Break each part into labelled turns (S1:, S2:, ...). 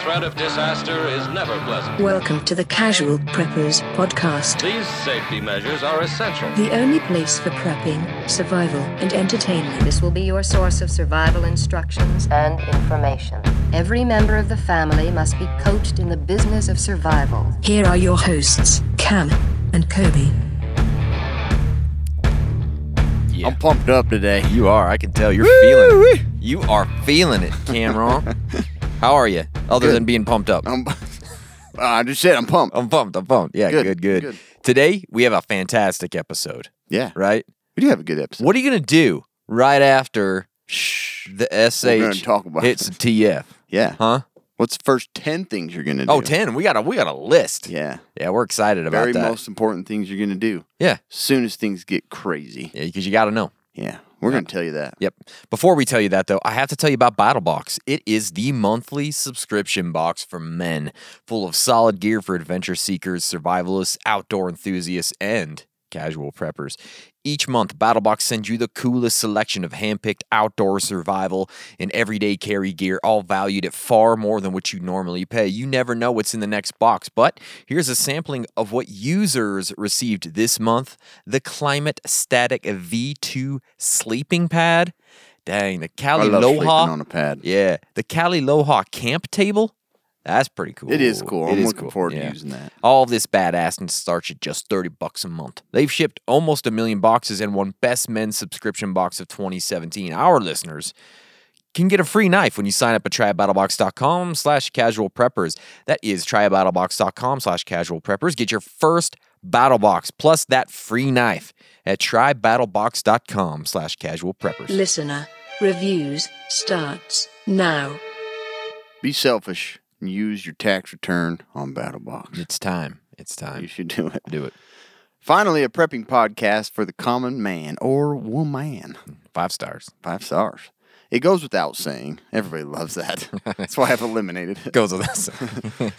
S1: threat of disaster is never pleasant.
S2: Welcome to the Casual Preppers Podcast,
S1: These safety measures are essential.
S2: the only place for prepping, survival, and entertainment.
S3: This will be your source of survival instructions and information. Every member of the family must be coached in the business of survival.
S2: Here are your hosts, Cam and Kobe.
S4: Yeah.
S5: I'm pumped up today.
S4: You are. I can tell you're feeling.
S5: Woo-wee.
S4: It. You are feeling it, Cameron. How are you? Other
S5: Good.
S4: than being pumped up, I'm,
S5: I'm, I just said I'm pumped.
S4: pumped. I'm pumped. Yeah,
S5: Good,
S4: good, good,
S5: good.
S4: Today we have a fantastic episode,
S5: Yeah,
S4: right?
S5: we do have a good episode.
S4: What are you gonna do right after the sh
S5: gonna talk about
S4: hits
S5: it.
S4: the TF?
S5: Yeah.
S4: Huh?
S5: What's the first ten things you're gonna do?
S4: Oh, 10. We got a we got a list.
S5: Yeah.
S4: yeah we're excited about
S5: Very
S4: that.
S5: most important things you're gonna do.
S4: yeah,
S5: Soon as things get crazy.
S4: yeah, because you got to know.
S5: Yeah, we're gonna tell you that.
S4: Yep. Before we tell you that, though, I have to tell you about Battle Box. It is the monthly subscription box for men, full of solid gear for adventure seekers, survivalists, outdoor enthusiasts, and casual preppers. Each month, BattleBox sends you the coolest selection of handpicked outdoor survival and everyday carry gear, all valued at far more than what you normally pay. You never know what's in the next box, but here's a sampling of what users received this month the Climate Static V2 sleeping pad. Dang, the
S5: I
S4: Cali
S5: love
S4: Loha.
S5: sleeping on a pad.
S4: Yeah, the Cali Loha camp table. That's pretty cool.
S5: It is cool.
S4: It
S5: I'm
S4: is
S5: looking
S4: cool.
S5: forward to
S4: Yeah.
S5: using that.
S4: All of this badass and starts at just 30 bucks a month. They've shipped almost a million boxes and won Best Men's Subscription Box of 2017. Our listeners can get a free knife when you sign up at trybattlebox.com slash casual preppers. That is trybattlebox.com slash casual preppers. Get your first battle box plus that free knife at trybattlebox.com slash casual preppers.
S2: Listener reviews starts now.
S5: Be selfish and use your tax return on BattleBox.
S4: It's time. It's
S5: You
S4: time.
S5: should do it.
S4: Do it.
S5: Finally, a prepping podcast for the common man or woman.
S4: Five stars.
S5: Five stars. It goes without saying. Everybody loves that. That's why I've eliminated it.
S4: Goes with us.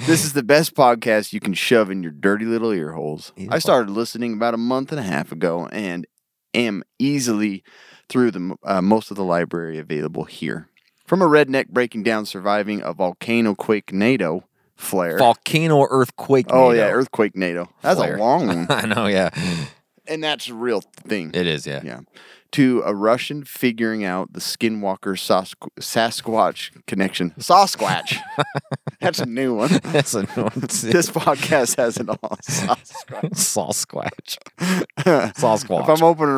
S5: This is the best podcast you can shove in your dirty little ear holes.
S4: Ew.
S5: I started listening about a month and a half ago and am easily through the uh, most of the library available here. From a redneck breaking down surviving a volcano quake NATO flare.
S4: Volcano earthquake.
S5: oh
S4: NATO.
S5: yeah, earthquake NATO. That's
S4: Flare.
S5: a long one,
S4: I know, yeah.
S5: and that's a real thing.
S4: It is, yeah.
S5: Yeah. To a Russian figuring out the Skinwalker Sasqu- Sasquatch connection. Sasquatch. That's a new one.
S4: That's a nonsense.
S5: This podcast has it all. Sasquatch.
S4: Sasquatch.
S5: If I'm
S4: Sasquatch.
S5: opening a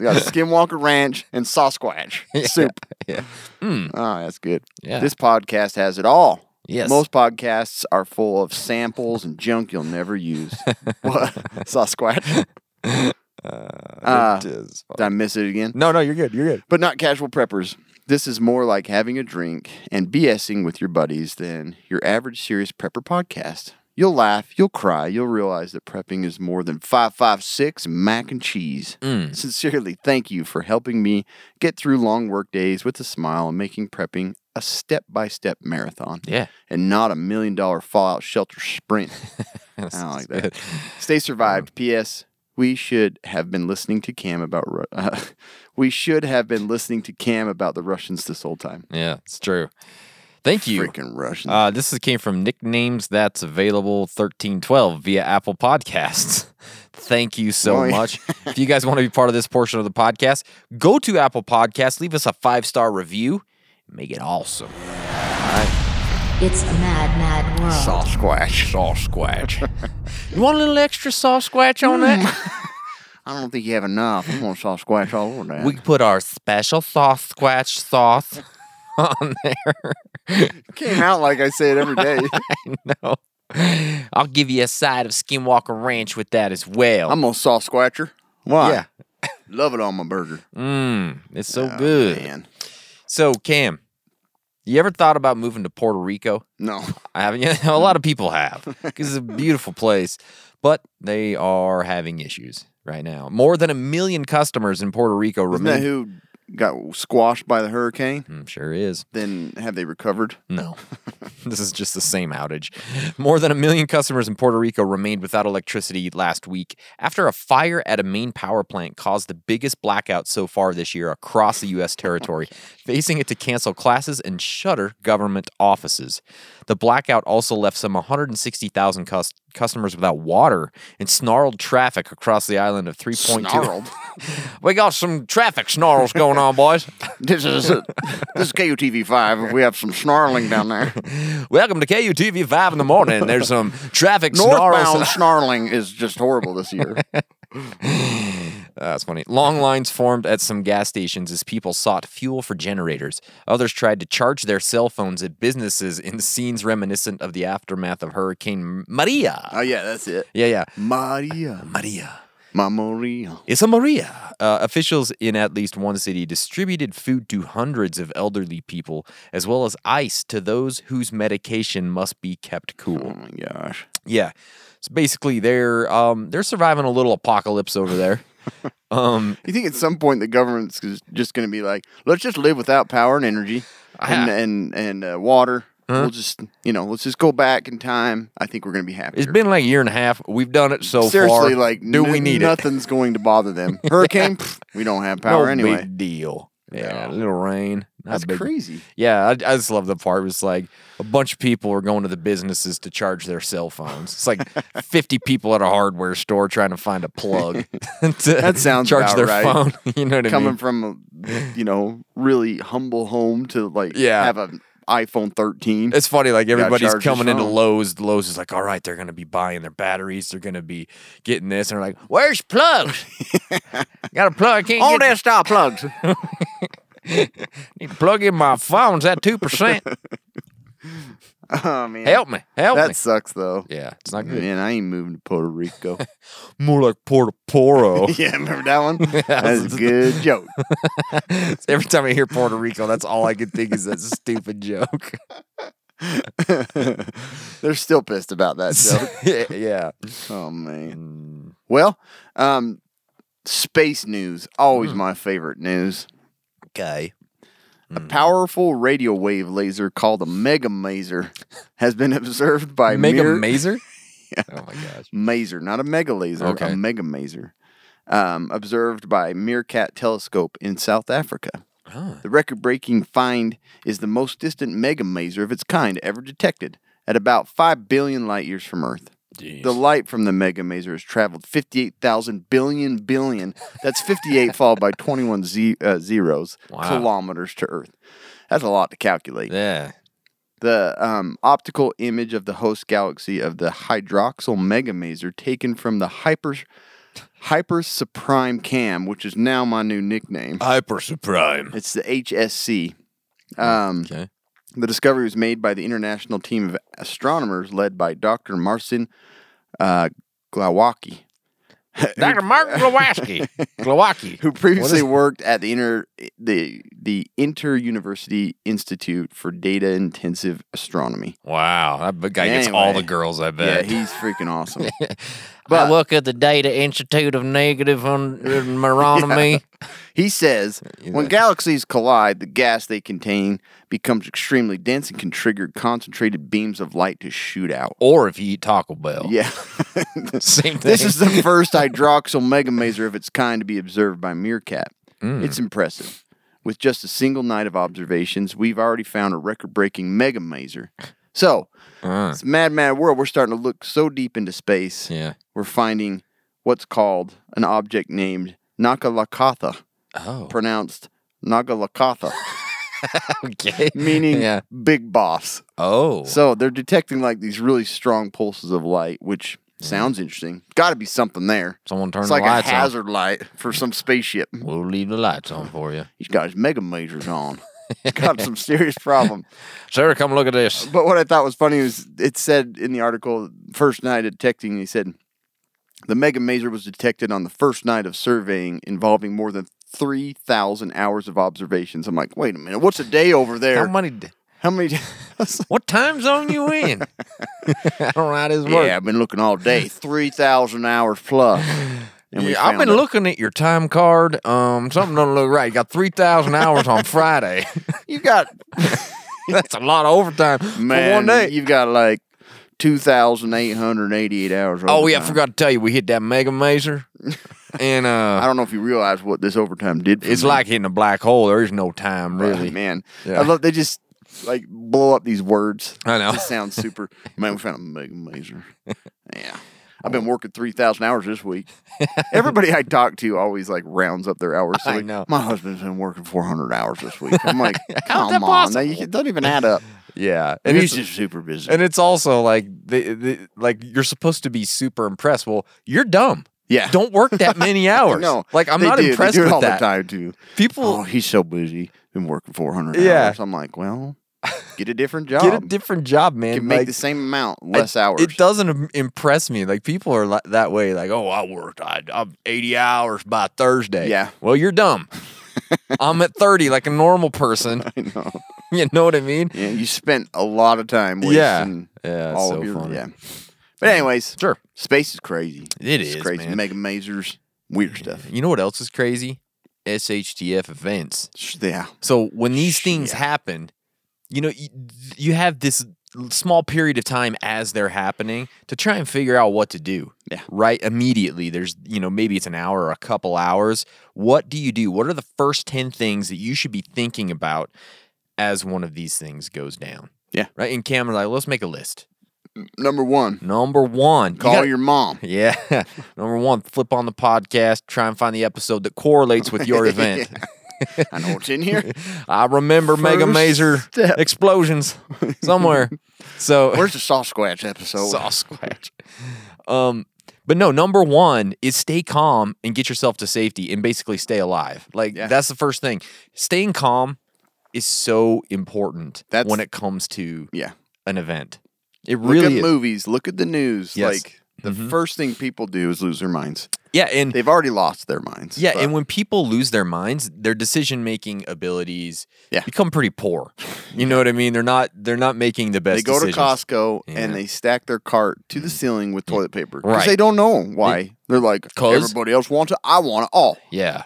S5: you got Skinwalker Ranch and Sasquatch soup.
S4: yeah. Hmm.
S5: Oh, that's good.
S4: Yeah.
S5: This podcast has it all.
S4: Yes.
S5: Most podcasts are full of samples and junk you'll never use. what? Sasquatch? Uh,
S4: It is.
S5: Did I miss it again?
S4: No, no, you're good. You're good.
S5: but not casual preppers. This is more like having a drink and BSing with your buddies than your average serious prepper podcast. You'll laugh, you'll cry, you'll realize that prepping is more than 556 mac and cheese. Sincerely, thank you for helping me get through long work days with a smile and making prepping a step by step marathon
S4: Yeah.
S5: and not a million dollar fallout shelter sprint. I don't like that.
S4: good. Um,
S5: Stay survived. P.S. We should have been listening to Cam about. Ru- Uh, we should have been listening to Cam about the Russians this whole time.
S4: Yeah, it's true. Thank you.
S5: Freaking Russians.
S4: Uh, this is, came from nicknames that's available 1312 via Apple Podcasts. Thank you so
S5: Oh, yeah.
S4: much. if you guys want to be part of this portion of the podcast, go to Apple Podcasts, leave us a five star review, make it awesome.
S3: It's a mad, mad world.
S5: Sasquatch.
S4: Sasquatch. you want a little extra Sasquatch on that?
S5: I don't think you have enough. I'm gonna Sasquatch all over that.
S4: We can put our special Sasquatch sauce on there.
S5: came out like I say it every day.
S4: no. I'll give you a side of Skinwalker Ranch with that as well.
S5: I'm gonna Sasquatcher. Why?
S4: Yeah.
S5: Love it on my burger.
S4: Mm, it's so
S5: Oh,
S4: good.
S5: Man.
S4: So, Cam, you ever thought about moving to Puerto Rico?
S5: No.
S4: I haven't yet. A lot of people have because it's a beautiful place, but they are having issues right now. More than a million customers in Puerto Rico
S5: Isn't that
S4: remain.
S5: who got squashed by the hurricane?
S4: Mm, sure is.
S5: Then have they recovered?
S4: No. this is just the same outage. More than a million customers in Puerto Rico remained without electricity last week after a fire at a main power plant caused the biggest blackout so far this year across the U.S. territory, facing it to cancel classes and shutter government offices. The blackout also left some 160,000 cus- customers without water and snarled traffic across the island of 3.2.
S5: Snarled.
S4: we got some traffic snarls going on, boys.
S5: This is uh, this is KUTV five. We have some snarling down there.
S4: Welcome to KUTV 5 in the morning. There's some traffic
S5: Northbound
S4: snarls.
S5: snarling is just horrible this year.
S4: Uh, That's funny. Long lines formed at some gas stations as people sought fuel for generators. Others tried to charge their cell phones at businesses in scenes reminiscent of the aftermath of Hurricane Maria.
S5: Oh yeah, that's it.
S4: Yeah, yeah.
S5: Maria,
S4: Maria.
S5: Mamoria.
S4: It's a Maria. Uh, officials in at least one city distributed food to hundreds of elderly people, as well as ice to those whose medication must be kept cool.
S5: Oh my gosh.
S4: Yeah. So basically they're um they're surviving a little apocalypse over there. um
S5: You think at some point the government's g- just going to be like, let's just live without power and energy and and and uh, water. We'll just you know let's just go back in time. I think we're going to be happy.
S4: it's been like a year and a half. We've done it so far.
S5: seriously like
S4: do we
S5: n-
S4: need it?
S5: Nothing's going to bother them. Hurricane, pff, we don't have power
S4: no
S5: anyway.
S4: big deal. Yeah,
S5: Yeah.
S4: a little rain. not
S5: That's
S4: a big-
S5: crazy.
S4: Yeah, I, I just love the part. It was like a bunch of people are going to the businesses to charge their cell phones. It's like 50 people at a hardware store trying to find a plug to
S5: That sounds
S4: charge
S5: about
S4: their
S5: right.
S4: phone. you know what I
S5: Coming
S4: mean?
S5: from a you know really humble home to like
S4: Yeah.
S5: have an iPhone 13.
S4: It's funny, like
S5: Gotta
S4: everybody's
S5: charge his
S4: coming into
S5: phone.
S4: Lowe's. Lowe's is like, all right, they're gonna be buying their batteries, they're gonna be getting this, and they're like, where's plugs? Got a plug? I can't
S5: all
S4: get
S5: that star plugs.
S4: Need to plug in my phones at two percent.
S5: oh man,
S4: Help me, help
S5: that
S4: me.
S5: sucks though.
S4: Yeah, it's not good.
S5: Man, I ain't moving to Puerto Rico.
S4: More like Porto Poro.
S5: yeah, remember that one? That's a good joke.
S4: Every time I hear Puerto Rico, that's all I can think is that's a stupid joke.
S5: They're still pissed about that joke.
S4: yeah.
S5: Oh man. Well, um, space news always
S4: Hmm.
S5: my favorite news.
S4: Okay.
S5: A
S4: Hmm.
S5: powerful radio wave laser called a mega maser has been observed by
S4: Mega
S5: mere-
S4: Mazer. Oh my gosh.
S5: maser, not a mega laser,
S4: Okay.
S5: a mega maser, um, observed by Meerkat Telescope in South Africa.
S4: Ah.
S5: The record breaking find is the most distant mega maser of its kind ever detected at about 5 billion light years from Earth. The light from the mega maser has traveled 58,000 billion billion, that's 58 followed by 21 ze- uh, zeros,
S4: Wow.
S5: kilometers to Earth. That's a lot to calculate.
S4: Yeah.
S5: The um, optical image of the host galaxy of the hydroxyl megamaser taken from the hyper hyper suprime cam, which is now my new nickname.
S4: Hyper Supreme.
S5: It's the HSC. Um,
S4: Okay.
S5: the discovery was made by the international team of astronomers led by Dr. Marcin uh, Glawacki,
S4: Dr. Mark Glowacki. Glowacki.
S5: who previously worked at the inter the the Inter University Institute for Data Intensive Astronomy.
S4: Wow, that guy gets all
S5: Anyway.
S4: the girls, I
S5: Yeah,
S4: bet.
S5: he's freaking awesome.
S4: I work at the Data Institute of Negative and Meronomy.
S5: He says when galaxies collide, the gas they contain becomes extremely dense and can trigger concentrated beams of light to shoot out.
S4: Or if you eat Taco Bell.
S5: Yeah.
S4: Same thing.
S5: this is the first hydroxyl megamaser of its kind to be observed by Meerkat. It's impressive. With just a single night of observations, we've already found a record breaking megamaser. So, it's mad, mad world. We're starting to look so deep into space.
S4: Yeah.
S5: We're finding what's called an object named Nakalakatha,
S4: Oh,
S5: pronounced Nagalakatha.
S4: okay.
S5: meaning
S4: Yeah.
S5: big boss.
S4: Oh.
S5: So they're detecting like these really strong pulses of light, which sounds interesting. Got to be something there.
S4: Someone turn
S5: it's
S4: the
S5: like
S4: lights
S5: a hazard light for some spaceship.
S4: on. We'll leave the lights on for you.
S5: He's got his mega majors on. He's got some serious problem.
S4: Sarah, come look at this.
S5: But what I thought was funny was it said in the article, first night detecting, he said the mega major was detected on the first night of surveying involving more than 3,000 hours of observations. I'm like, wait a minute, what's a day over there?
S4: How many? d-
S5: How many?
S4: What time zone you in? I don't know how this works.
S5: Yeah, I've been looking all day. Three thousand hours plus. And we
S4: Yeah, I've
S5: found
S4: been
S5: it.
S4: looking at your time card. Um, something doesn't look right. You got three thousand hours on Friday.
S5: You got
S4: That's a lot of overtime
S5: man.
S4: for one day.
S5: You've got like two thousand eight hundred eighty-eight hours.
S4: oh yeah, I
S5: overtime.
S4: forgot to tell you, we hit that mega mazer, and
S5: I
S4: uh,
S5: don't know if you realize what this overtime did. For
S4: it's
S5: me.
S4: like hitting a black hole. There is no time really.
S5: man.
S4: Yeah.
S5: I love they just like blow up these words.
S4: I know.
S5: It just sounds super. man, we found a mega mazer. Yeah.
S4: Oh.
S5: I've been working three thousand hours this week. Everybody I talk to always like rounds up their hours. So
S4: I
S5: like,
S4: know.
S5: My husband's been working four hundred hours this week. I'm like, come
S4: that
S5: on, now you, it doesn't even add up.
S4: Yeah, and
S5: And he's
S4: it's,
S5: just super busy.
S4: and it's also like the, the like you're supposed to be super impressed. Well, you're dumb.
S5: yeah,
S4: Don't work that many hours.
S5: No,
S4: like I'm
S5: they
S4: not
S5: do. They
S4: impressed
S5: do it
S4: with
S5: all
S4: that.
S5: the time too.
S4: People
S5: Oh, he's so busy. Been working four hundred
S4: Yeah.
S5: hours. I'm like, well, get a different job.
S4: get a different job, man.
S5: Oh, You can make
S4: Like,
S5: the same amount,
S4: I-
S5: less hours.
S4: It doesn't im- impress me. Like people are li- that way. Like, oh, I worked. I, I'm 80 hours by Thursday.
S5: Yeah.
S4: Well, you're dumb. I'm at 30, like a normal person.
S5: I know.
S4: you know what I mean?
S5: Yeah, you spent a lot of time
S4: Yeah.
S5: wasting
S4: Yeah, it's
S5: all
S4: so
S5: of your
S4: funny.
S5: yeah. But anyways,
S4: Sure.
S5: space is crazy.
S4: It
S5: it's
S4: is,
S5: crazy.
S4: man.
S5: Mega mazers, weird stuff.
S4: You know what else is crazy? SHTF events.
S5: Sh- Yeah,
S4: So when these things
S5: Yeah.
S4: happen, you know, you, you have this l- small period of time as they're happening to try and figure out what to do.
S5: Yeah.
S4: Right immediately. There's, you know, maybe it's an hour or a couple hours. What do you do? What are the first 10 things that you should be thinking about as one of these things goes down?
S5: Yeah.
S4: Right. And Cameron, like, let's make a list.
S5: number one,
S4: Number one, you
S5: call
S4: gotta-
S5: your mom.
S4: yeah. Number one, flip on the podcast, try and find the episode that correlates with your event.
S5: I know what's in here.
S4: I remember Mega
S5: First
S4: Mazer
S5: step.
S4: explosions somewhere. So
S5: Where's the soft squatch episode?
S4: Sasquatch. Um, but no, number one is stay calm and get yourself to safety and basically stay alive. Like
S5: Yeah.
S4: that's the first thing. Staying calm is so important
S5: That's-
S4: when it comes to
S5: Yeah.
S4: an event. It
S5: Look
S4: really
S5: at
S4: is.
S5: movies. Look at the news.
S4: Yes. Mm-hmm.
S5: Like the first thing people do is lose their minds.
S4: Yeah, and
S5: They've already lost their minds.
S4: Yeah,
S5: but-
S4: and when people lose their minds, their decision making abilities
S5: Yeah.
S4: become pretty poor. You know what I mean? They're not they're not making the best.
S5: they go
S4: decisions.
S5: to Costco
S4: Yeah. Mm.
S5: and they stack their cart to the ceiling with toilet paper because
S4: Right.
S5: they don't know why. They're like,
S4: 'Cause-
S5: everybody else wants it. I want it all.
S4: Yeah.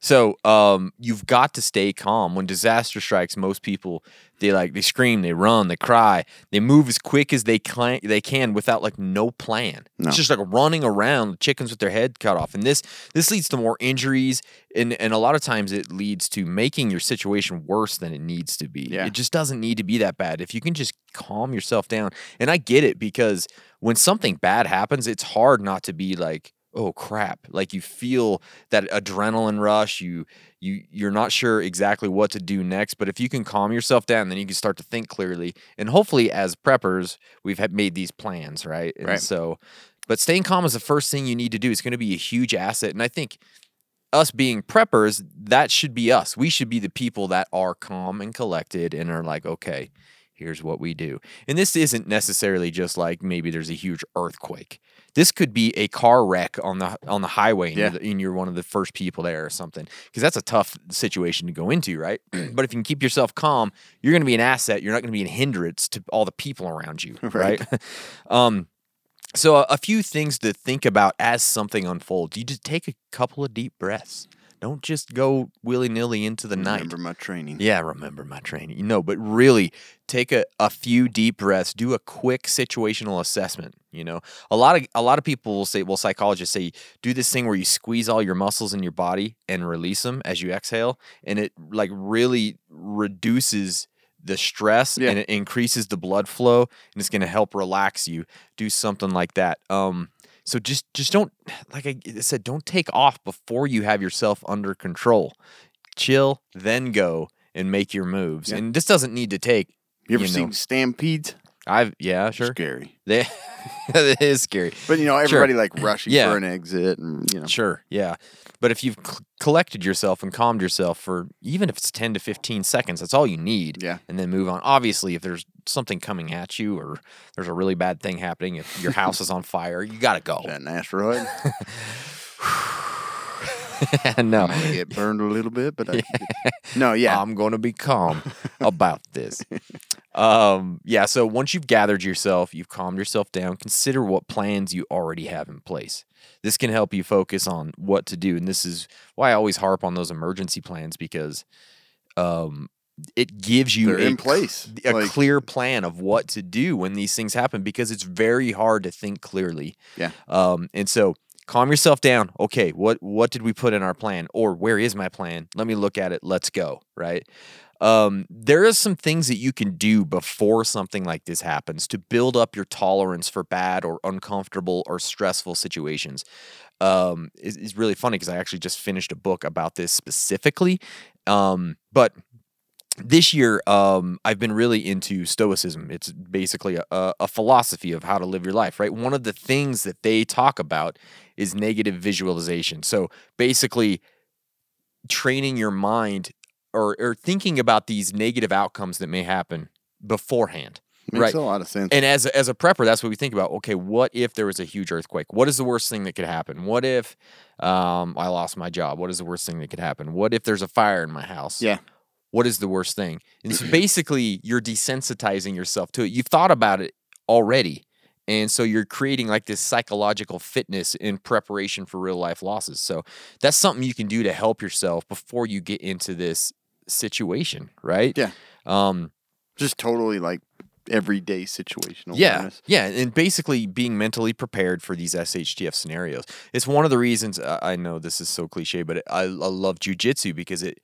S4: So um, you've got to stay calm when disaster strikes. Most people they like they scream, they run, they cry, they move as quick as they clan- they can without like no plan.
S5: No.
S4: It's just like running around, chickens with their head cut off, and this this leads to more injuries, and and a lot of times it leads to making your situation worse than it needs to be.
S5: Yeah.
S4: It just doesn't need to be that bad if you can just calm yourself down. And I get it because when something bad happens, it's hard not to be like, oh crap. Like you feel that adrenaline rush. You you you're not sure exactly what to do next. But if you can calm yourself down, then you can start to think clearly. And hopefully, as preppers, we've had made these plans, right? And
S5: Right.
S4: so but staying calm is the first thing you need to do. It's going to be a huge asset. And I think us being preppers, that should be us. We should be the people that are calm and collected and are like, okay, here's what we do. And this isn't necessarily just like maybe there's a huge earthquake. This could be a car wreck on the on the highway, and,
S5: Yeah.
S4: you're, the- and you're one of the first people there or something, because that's a tough situation to go into, right? but if you can keep yourself calm, you're going to be an asset. You're not going to be a hindrance to all the people around you,
S5: Right.
S4: right? um, so, a, a few things to think about as something unfolds. You just take a couple of deep breaths. Don't just go willy nilly into the night.
S5: Remember my training.
S4: Yeah, remember my training. No, but really take a, a few deep breaths, do a quick situational assessment, you know. A lot of a lot of people will say, well, psychologists say do this thing where you squeeze all your muscles in your body and release them as you exhale, and it like really reduces the stress
S5: Yeah.
S4: and it increases the blood flow and it's going to help relax you. Do something like that. Um so just just don't like I said don't take off before you have yourself under control chill, then go and make your moves.
S5: Yeah.
S4: And this doesn't need to take.
S5: You ever
S4: know,
S5: seen stampedes?
S4: I've yeah, sure.
S5: Scary.
S4: They, that is scary.
S5: But you know,
S4: Sure.
S5: everybody like rushing
S4: Yeah.
S5: for an exit, and you know,
S4: Sure, yeah. But if you've c- collected yourself and calmed yourself for even if it's 10 to 15 seconds, that's all you need.
S5: Yeah.
S4: And then move on. Obviously, if there's something coming at you or there's a really bad thing happening, if your house is on fire, you got to go.
S5: that an asteroid.
S4: no. Um,
S5: I might get burned a little bit, but I no, yeah,
S4: I'm going to be calm about this. Um, yeah, so once you've gathered yourself, you've calmed yourself down, consider what plans you already have in place. This can help you focus on what to do. And this is why I always harp on those emergency plans because um, it gives you
S5: They're
S4: a
S5: in place.
S4: a
S5: Like-
S4: clear plan of what to do when these things happen because it's very hard to think clearly.
S5: Yeah.
S4: Um, and so calm yourself down. Okay, what what did we put in our plan? Or where is my plan? Let me look at it. Let's go. Right. Um, there is some things that you can do before something like this happens to build up your tolerance for bad or uncomfortable or stressful situations. Um, is is really funny because I actually just finished a book about this specifically. Um, but this year um, i've been really into stoicism it's basically a, a a philosophy of how to live your life right one of the things that they talk about is negative visualization so basically training your mind or, or thinking about these negative outcomes that may happen beforehand
S5: Makes
S4: right
S5: a lot of sense.
S4: and as a, as a prepper, that's what we think about. Okay, what if there was a huge earthquake? What is the worst thing that could happen? What if um, I lost my job? What is the worst thing that could happen? What if there's a fire in my house?
S5: Yeah.
S4: What is the worst thing? And so basically, you're desensitizing yourself to it. You've thought about it already. And so you're creating like this psychological fitness in preparation for real life losses. So that's something you can do to help yourself before you get into this situation, right?
S5: Yeah.
S4: Um,
S5: Just totally like everyday situational awareness.
S4: yeah, yeah, and basically being mentally prepared for these SHTF scenarios. It's one of the reasons uh, I know this is so cliche, but it, I, I love jujitsu because it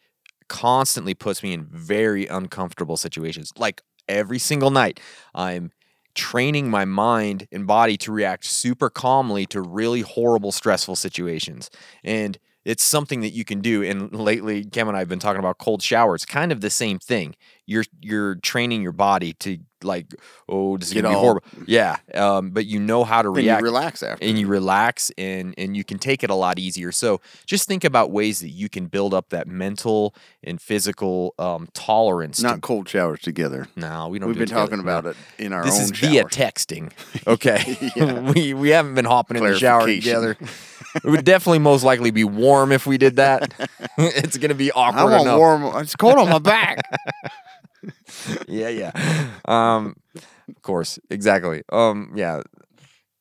S4: constantly puts me in very uncomfortable situations. Like every single night, I'm training my mind and body to react super calmly to really horrible, stressful situations, and it's something that you can do. And lately, Cam and I have been talking about cold showers, kind of the same thing. You're you're training your body to like, oh, this is
S5: Get
S4: gonna be
S5: all-
S4: horrible. Yeah, um, but you know how to
S5: Then you
S4: react
S5: relax after.
S4: and you relax and and you can take it a lot easier so just think about ways that you can build up that mental and physical um tolerance
S5: Not cold showers together.
S4: to, no we don't
S5: We've
S4: do
S5: been
S4: together.
S5: talking
S4: No.
S5: about it in our
S4: this
S5: own
S4: is
S5: shower.
S4: via texting okay
S5: Yeah.
S4: we we haven't been hopping in the shower together
S5: Clarification.
S4: it would definitely most likely be warm if we did that it's gonna be awkward
S5: I want
S4: enough.
S5: warm. It's cold on my back.
S4: yeah, yeah. Um, of course, exactly. Um, yeah,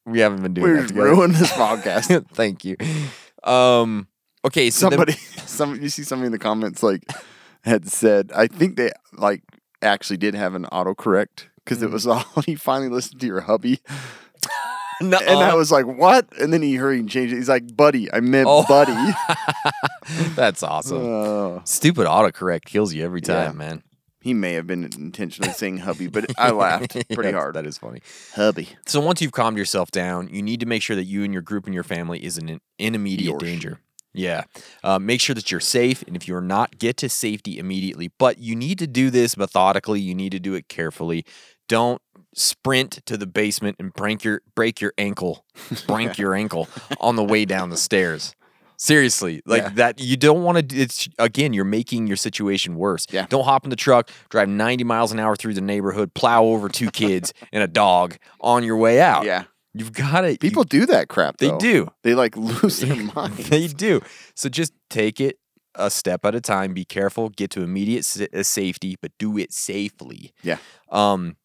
S4: we haven't been doing
S5: we
S4: that
S5: just
S4: together.
S5: ruined this podcast.
S4: Thank you. Um, okay, so then-
S5: somebody, some you see somebody in the comments like had said. I think they like actually did have an autocorrect because
S4: Mm.
S5: it was all he finally listened to your hubby,
S4: Nuh-uh.
S5: and I was like, "What?" And then he hurried and changed it. He's like, "Buddy, I meant
S4: Oh.
S5: buddy."
S4: that's awesome.
S5: Oh.
S4: Stupid autocorrect kills you every
S5: Yeah.
S4: time, man.
S5: he may have been intentionally saying hubby, but I laughed pretty
S4: Yeah,
S5: hard.
S4: That is funny.
S5: Hubby.
S4: So once you've calmed yourself down, you need to make sure that you and your group and your family isn't in, in immediate
S5: Yours.
S4: danger. Yeah. Uh, make sure that you're safe. And if you're not, get to safety immediately. But you need to do this methodically. You need to do it carefully. Don't sprint to the basement and break your break your ankle. Break your ankle on the way down the stairs. Seriously, like
S5: Yeah.
S4: that. You don't want to. It's again, you're making your situation worse.
S5: Yeah.
S4: Don't hop in the truck, drive 90 miles an hour through the neighborhood, plow over two kids and a dog on your way out.
S5: Yeah.
S4: You've got to.
S5: Uh, People do that crap.
S4: They
S5: though.
S4: do.
S5: They like lose their mind.
S4: they do. So just take it a step at a time. Be careful. Get to immediate sa- uh, safety, but do it safely.
S5: Yeah.
S4: Um,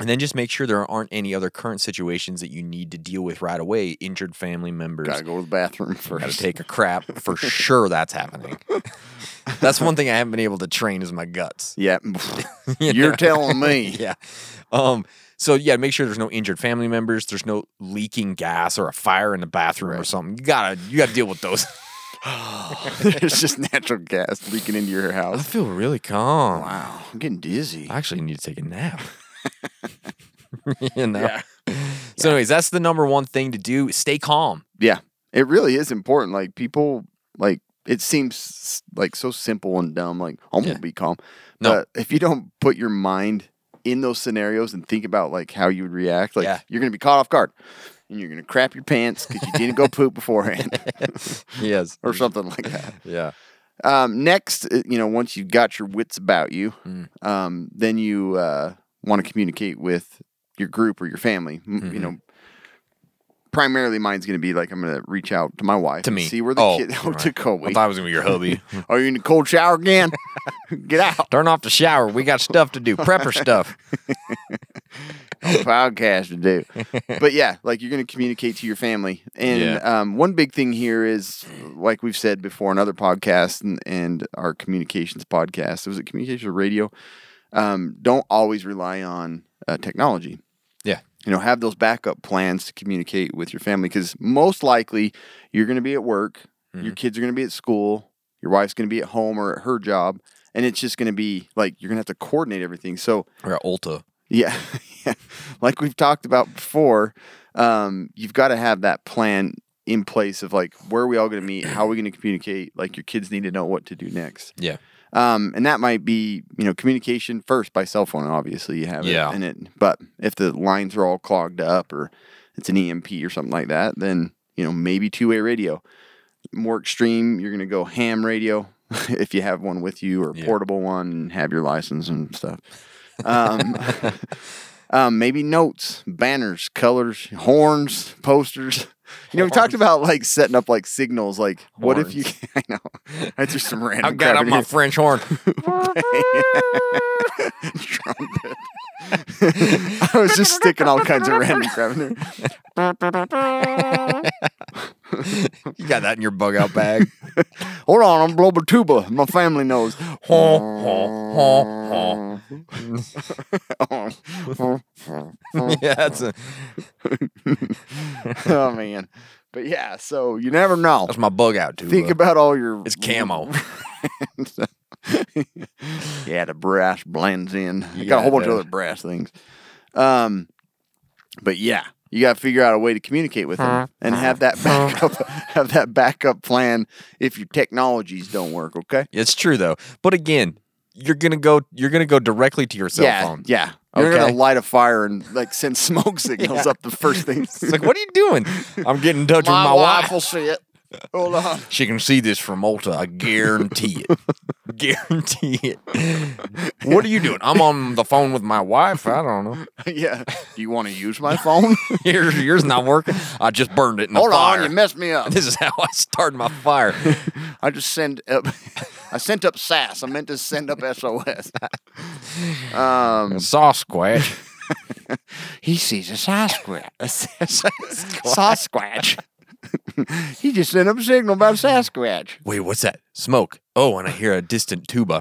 S4: and then just make sure there aren't any other current situations that you need to deal with right away. Injured family members.
S5: Gotta go to the bathroom
S4: Got to
S5: first.
S4: take a crap for sure. That's happening. That's one thing I haven't been able to train is my guts.
S5: Yeah. You're telling me.
S4: Yeah. Um, so yeah, make sure there's no injured family members, there's no leaking gas or a fire in the bathroom or something. You gotta you gotta deal with those.
S5: There's just natural gas leaking into your
S4: I
S5: house.
S4: feel really calm.
S5: Wow. I'm getting dizzy.
S4: I actually need to take a nap. you know? So, anyways, that's the number one thing to do. Stay calm.
S5: Yeah. It really is important. Like people like it seems s- like so simple and dumb, like I'm
S4: Yeah.
S5: gonna be calm.
S4: No.
S5: But if you don't put your mind in those scenarios and think about like how you would react, like
S4: Yeah.
S5: you're gonna be caught off guard. And you're gonna crap your pants because you didn't go poop beforehand
S4: Yes.
S5: or something like that.
S4: Yeah.
S5: Um, next, uh, you know, once you've got your wits about you,
S4: Mm.
S5: um, then you uh, want to communicate with your group or your family. M-
S4: Mm-hmm.
S5: You know, primarily mine's going to be like, I'm going to reach out to my wife
S4: To
S5: and
S4: me.
S5: see where the
S4: Oh,
S5: kid
S4: you're
S5: oh,
S4: right.
S5: to Kobe.
S4: I thought it was gonna be your hubby.
S5: Are you in the cold shower again? Get out.
S4: Turn off the shower. We got stuff to do. Prepper stuff.
S5: podcast to do. But yeah, like you're going to communicate to your family. And um, one big thing here is, like we've said before in other podcasts and, and our communications podcast, was it communications or radio? Um, don't always rely on uh, technology.
S4: Yeah.
S5: You know, have those backup plans to communicate with your family because most likely you're going to be at work, your kids are going to be at school, your wife's going to be at home or at her job. And it's just going to be like you're going to have to coordinate everything. So,
S4: Or Ulta.
S5: yeah. yeah. Like we've talked about before, um, you've got to have that plan in place of like, where are we all going to meet? How are we going to communicate? Like, your kids need to know what to do next.
S4: Yeah.
S5: Um, and that might be, you know, communication first by cell phone. Obviously, you have
S4: Yeah.
S5: it in it. But if the lines are all clogged up or it's an EMP or something like that, then, you know, maybe two way radio. More extreme, you're going to go ham radio if you have one with you or a
S4: Yeah.
S5: portable one and have your license and stuff. Um, um, maybe notes, banners, colors, horns, posters. You know, we talked about like setting up like signals. Like, what if you? I know. I threw some random.
S4: I got
S5: crap
S4: out
S5: in
S4: my
S5: here.
S4: French horn.
S5: trumpet. I was just sticking all kinds of random crap in there.
S4: you got that in your bug out bag.
S5: Hold on, I'm blowing tuba. My family knows.
S4: Haw, haw, haw, haw. yeah, that's a,
S5: oh man, but yeah. So you never know.
S4: that's my bug out too.
S5: Think about all your.
S4: uh, it's camo.
S5: yeah, the brass blends in. I
S4: Yeah,
S5: got a whole bunch of
S4: the-
S5: other brass things. Um, but yeah, you got to figure out a way to communicate with them and have that backup, have that backup plan if your technologies don't work. Okay.
S4: It's true though. But again, you're gonna go. You're gonna go directly to your cell
S5: yeah,
S4: phone.
S5: yeah. You're
S4: Okay.
S5: gonna light a fire and like send smoke signals
S4: Yeah.
S5: up the first thing.
S4: It's like, what are you doing? I'm getting in touch with my wife.
S5: will see it. Hold on.
S4: She can see this from Ulta. I guarantee it. guarantee it. What are you doing? I'm on the phone with my wife. I don't know.
S5: yeah. Do you want to use my phone?
S4: Yours, yours not working. I just burned it in the
S5: Hold
S4: fire.
S5: on, you messed me up.
S4: this is how I started my fire.
S5: I just send up. I sent up SAS. I meant to send up SOS. Um,
S4: Sasquatch.
S5: he sees a Sasquatch. A Sasquatch. he just sent up a signal about a Sasquatch.
S4: Wait, what's that? Smoke. Oh, and I hear a distant tuba.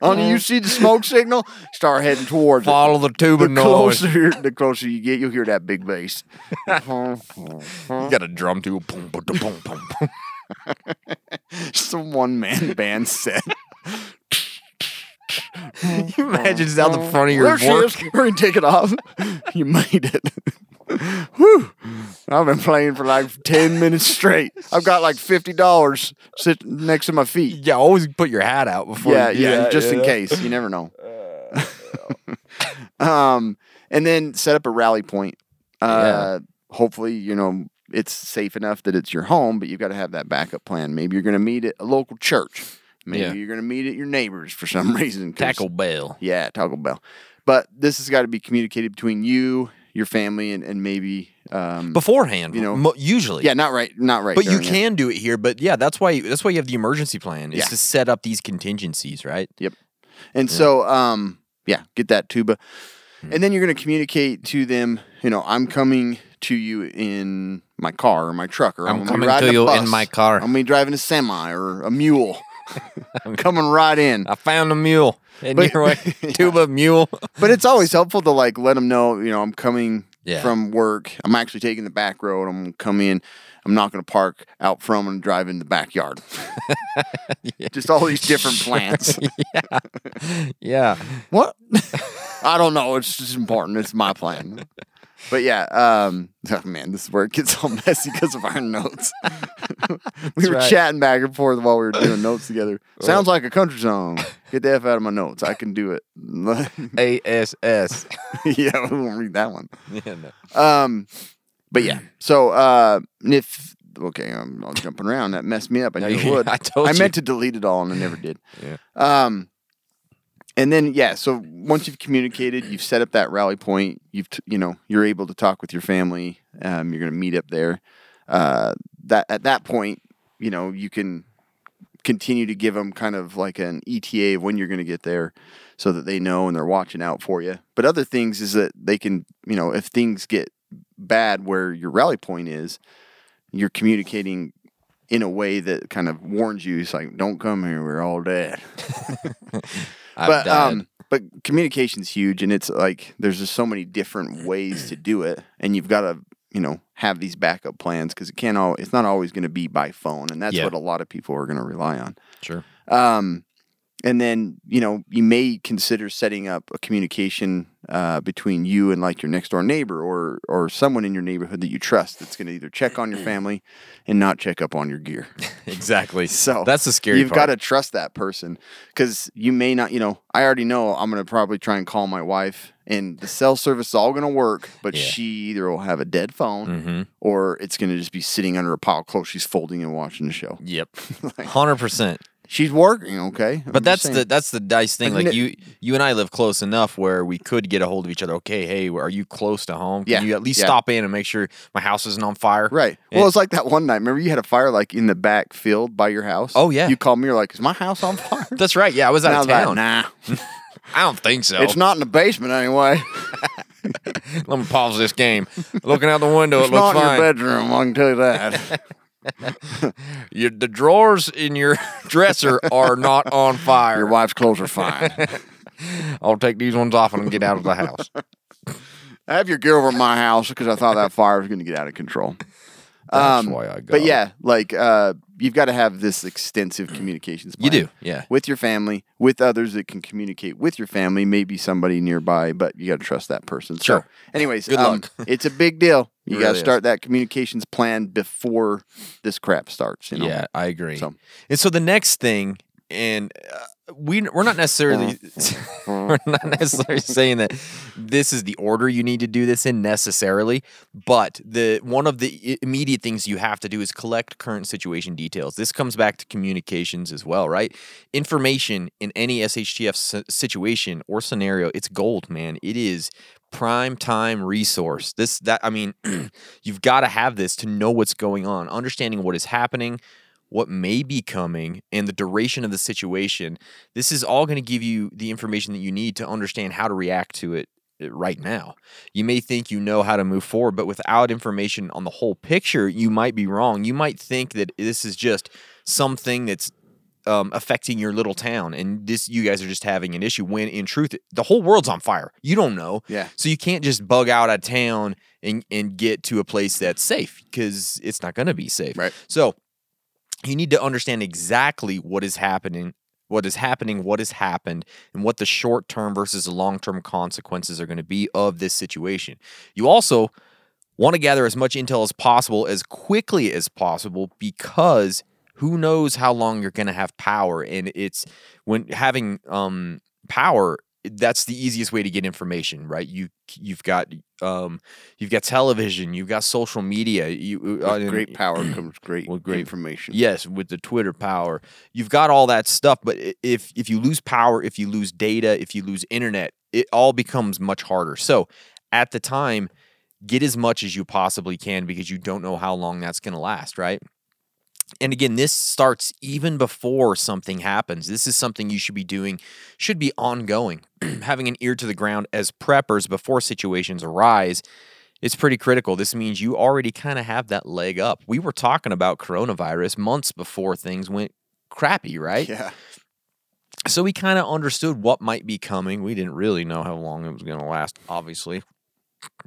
S5: Honey, you see the smoke signal? Start heading towards it.
S4: Follow the tuba
S5: The
S4: noise.
S5: closer, the closer you get, you'll hear that big bass.
S4: You got a drum tube. Boom, boom, boom, boom, boom.
S5: Just a one man band set.
S4: You imagine it's out the front of your
S5: There she
S4: work.
S5: is. Hurry and take it off. You made it. Whew. I've been playing for like 10 minutes straight. I've got like $50 sitting next to my feet.
S4: Yeah, always put your hat out before.
S5: Yeah,
S4: you do
S5: yeah,
S4: that,
S5: just in
S4: you know?
S5: case. You never know.
S4: Uh,
S5: um, and then set up a rally point. Uh, Hopefully, you know, it's safe enough that it's your home, but you've got to have that backup plan. Maybe you're going to meet at a local church. Maybe
S4: Yeah.
S5: you're going to meet at your neighbor's for some reason. 'cause-
S4: Taco Bell.
S5: yeah, Taco Bell. But this has got to be communicated between you, your family, and, and maybe um,
S4: Beforehand,
S5: You
S4: you
S5: know,
S4: know, usually.
S5: yeah, not right, not right.
S4: but you
S5: during it.
S4: can do it here. But yeah, that's why that's why you have the emergency plan is
S5: Yeah.
S4: to set up these contingencies, right?
S5: and so um, yeah, get that tuba,
S4: Hmm.
S5: and then you're going to communicate to them. You know, I'm coming to you in my car or my truck, or
S4: I'm
S5: gonna be
S4: coming to
S5: riding a
S4: you in
S5: bus.
S4: my car.
S5: I'm gonna be driving a semi or a mule. I'm coming right in.
S4: I found a mule in
S5: But-
S4: your way.
S5: Yeah.
S4: Tuba mule.
S5: But it's always helpful to like let them know, you know, I'm coming
S4: Yeah.
S5: from work. I'm actually taking the back road. I'm gonna come in. I'm not gonna park out from and drive in the backyard. Just all these different plans.
S4: yeah.
S5: what? I don't know. It's just important. It's my plan. But yeah, um, oh man, this is where it gets all messy because of our notes. we were
S4: right.
S5: chatting back and forth while we were doing notes together. Sounds like a country song. Get the F out of my notes. I can do it.
S4: ASS.
S5: yeah, we won't read that one.
S4: yeah, no.
S5: Um, but yeah. So uh, if okay, I'm, I'm jumping around. That messed me up. I
S4: No,
S5: knew
S4: you-
S5: it would.
S4: I told
S5: I
S4: you.
S5: meant to delete it all, and I never did.
S4: Yeah.
S5: Um, and then yeah. So once you've communicated, you've set up that rally point. You've t- you know you're able to talk with your family. Um, you're gonna meet up there. Uh, that at that point, you know you can continue to give them kind of like an ETA of when you're going to get there so that they know and they're watching out for you. But other things is that they can, you know, if things get bad where your rally point is, you're communicating in a way that kind of warns you. It's like, don't come here. We're all dead
S4: I've
S5: but
S4: died.
S5: um but communication's huge and it's like there's just so many different ways to do it and you've got to you know have these backup plans because it can't all it's not always going to be by phone and that's
S4: Yeah.
S5: what a lot of people are going to rely on
S4: sure.
S5: um and then you know you may consider setting up a communication uh, between you and like your next door neighbor or or someone in your neighborhood that you trust that's going to either check on your family and not check up on your gear
S4: Exactly.
S5: so
S4: that's the scary
S5: You've
S4: part.
S5: got to trust that person because you may not. You know, I already know I'm going to probably try and call my wife, and the cell service is all going to work, but
S4: Yeah.
S5: she either will have a dead phone
S4: Mhm.
S5: or it's going to just be sitting under a pile of clothes she's folding and watching the show.
S4: Yep.
S5: Like-
S4: Hundred percent.
S5: She's working, okay,
S4: But
S5: I'm just
S4: that's
S5: saying.
S4: the that's the nice thing.
S5: Like,
S4: Like
S5: ni-
S4: you you and I live close enough where we could get a hold of each other. Okay, hey, are you close to home? Can
S5: Yeah,
S4: you at least
S5: yeah.
S4: stop in and make sure my house isn't on fire?
S5: Right. Well, it's like that one night. Remember, you had a fire like in the back field by your house.
S4: Oh, yeah.
S5: You called me. You're like, "Is my house on fire?"
S4: That's right. Yeah, I was
S5: And I
S4: out
S5: was
S4: of
S5: like,
S4: town.
S5: nah,
S4: I don't think so.
S5: it's not in the basement anyway.
S4: Let me pause this game. Looking out the window,
S5: it's
S4: it looks
S5: not
S4: fine.
S5: in your bedroom. I can tell you that.
S4: Your- the drawers in your dresser are not on fire.
S5: your wife's clothes are fine.
S4: I'll take these ones off and get out of the house.
S5: I have your gear over at my house because I thought that fire was going to get out of control. Um,
S4: That's why I got
S5: But
S4: it.
S5: yeah, like uh, you've got to have this extensive communications.
S4: You
S5: Plan
S4: do, yeah.
S5: With your family, with others that can communicate with your family, maybe somebody nearby, but you got to trust that person. So,
S4: Sure.
S5: anyways,
S4: Good
S5: um,
S4: luck.
S5: it's a big deal. You
S4: It
S5: got to
S4: really is.
S5: start that communications plan before this crap starts. You know?
S4: Yeah, I agree.
S5: So-
S4: And so the next thing, and uh, we we're not necessarily we're not necessarily saying that this is the order you need to do this in necessarily, but the one of the i- immediate things you have to do is collect current situation details. This comes back to communications as well, right? Information in any SHTF s- situation or scenario, it's gold, man. It is prime time resource. This that I mean, you've got to have this to know what's going on, understanding what is happening, what may be coming, and the duration of the situation. This is all going to give you the information that you need to understand how to react to it uh, right now. You may think you know how to move forward, but without information on the whole picture, you might be wrong. You might think that this is just something that's um, affecting your little town, and this you guys are just having an issue. When in truth, the whole world's on fire. You don't know,
S5: Yeah.
S4: So you can't just bug out of town and and get to a place that's safe because it's not going to be safe.
S5: Right.
S4: So you need to understand exactly what is happening, what is happening, what has happened, and what the short term versus the long term consequences are going to be of this situation. You also want to gather as much intel as possible as quickly as possible because who knows how long you're going to have power and it's when having um power that's the easiest way to get information right you you've got um you've got television you've got social media you uh,
S5: With
S4: and-
S5: great power comes great,
S4: With great-
S5: information.
S4: Yes, with the Twitter power, you've got all that stuff. But i- if if you lose power, if you lose data, if you lose internet, it all becomes much harder. So at the time, get as much as you possibly can because you don't know how long that's going to last, right? And again, this starts even before something happens. This is something you should be doing, should be ongoing. Having an ear to the ground as preppers before situations arise it's pretty critical. This means you already kind of have that leg up. We were talking about coronavirus months before things went crappy, right?
S5: Yeah.
S4: So we kind of understood what might be coming. We didn't really know how long it was going to last, obviously.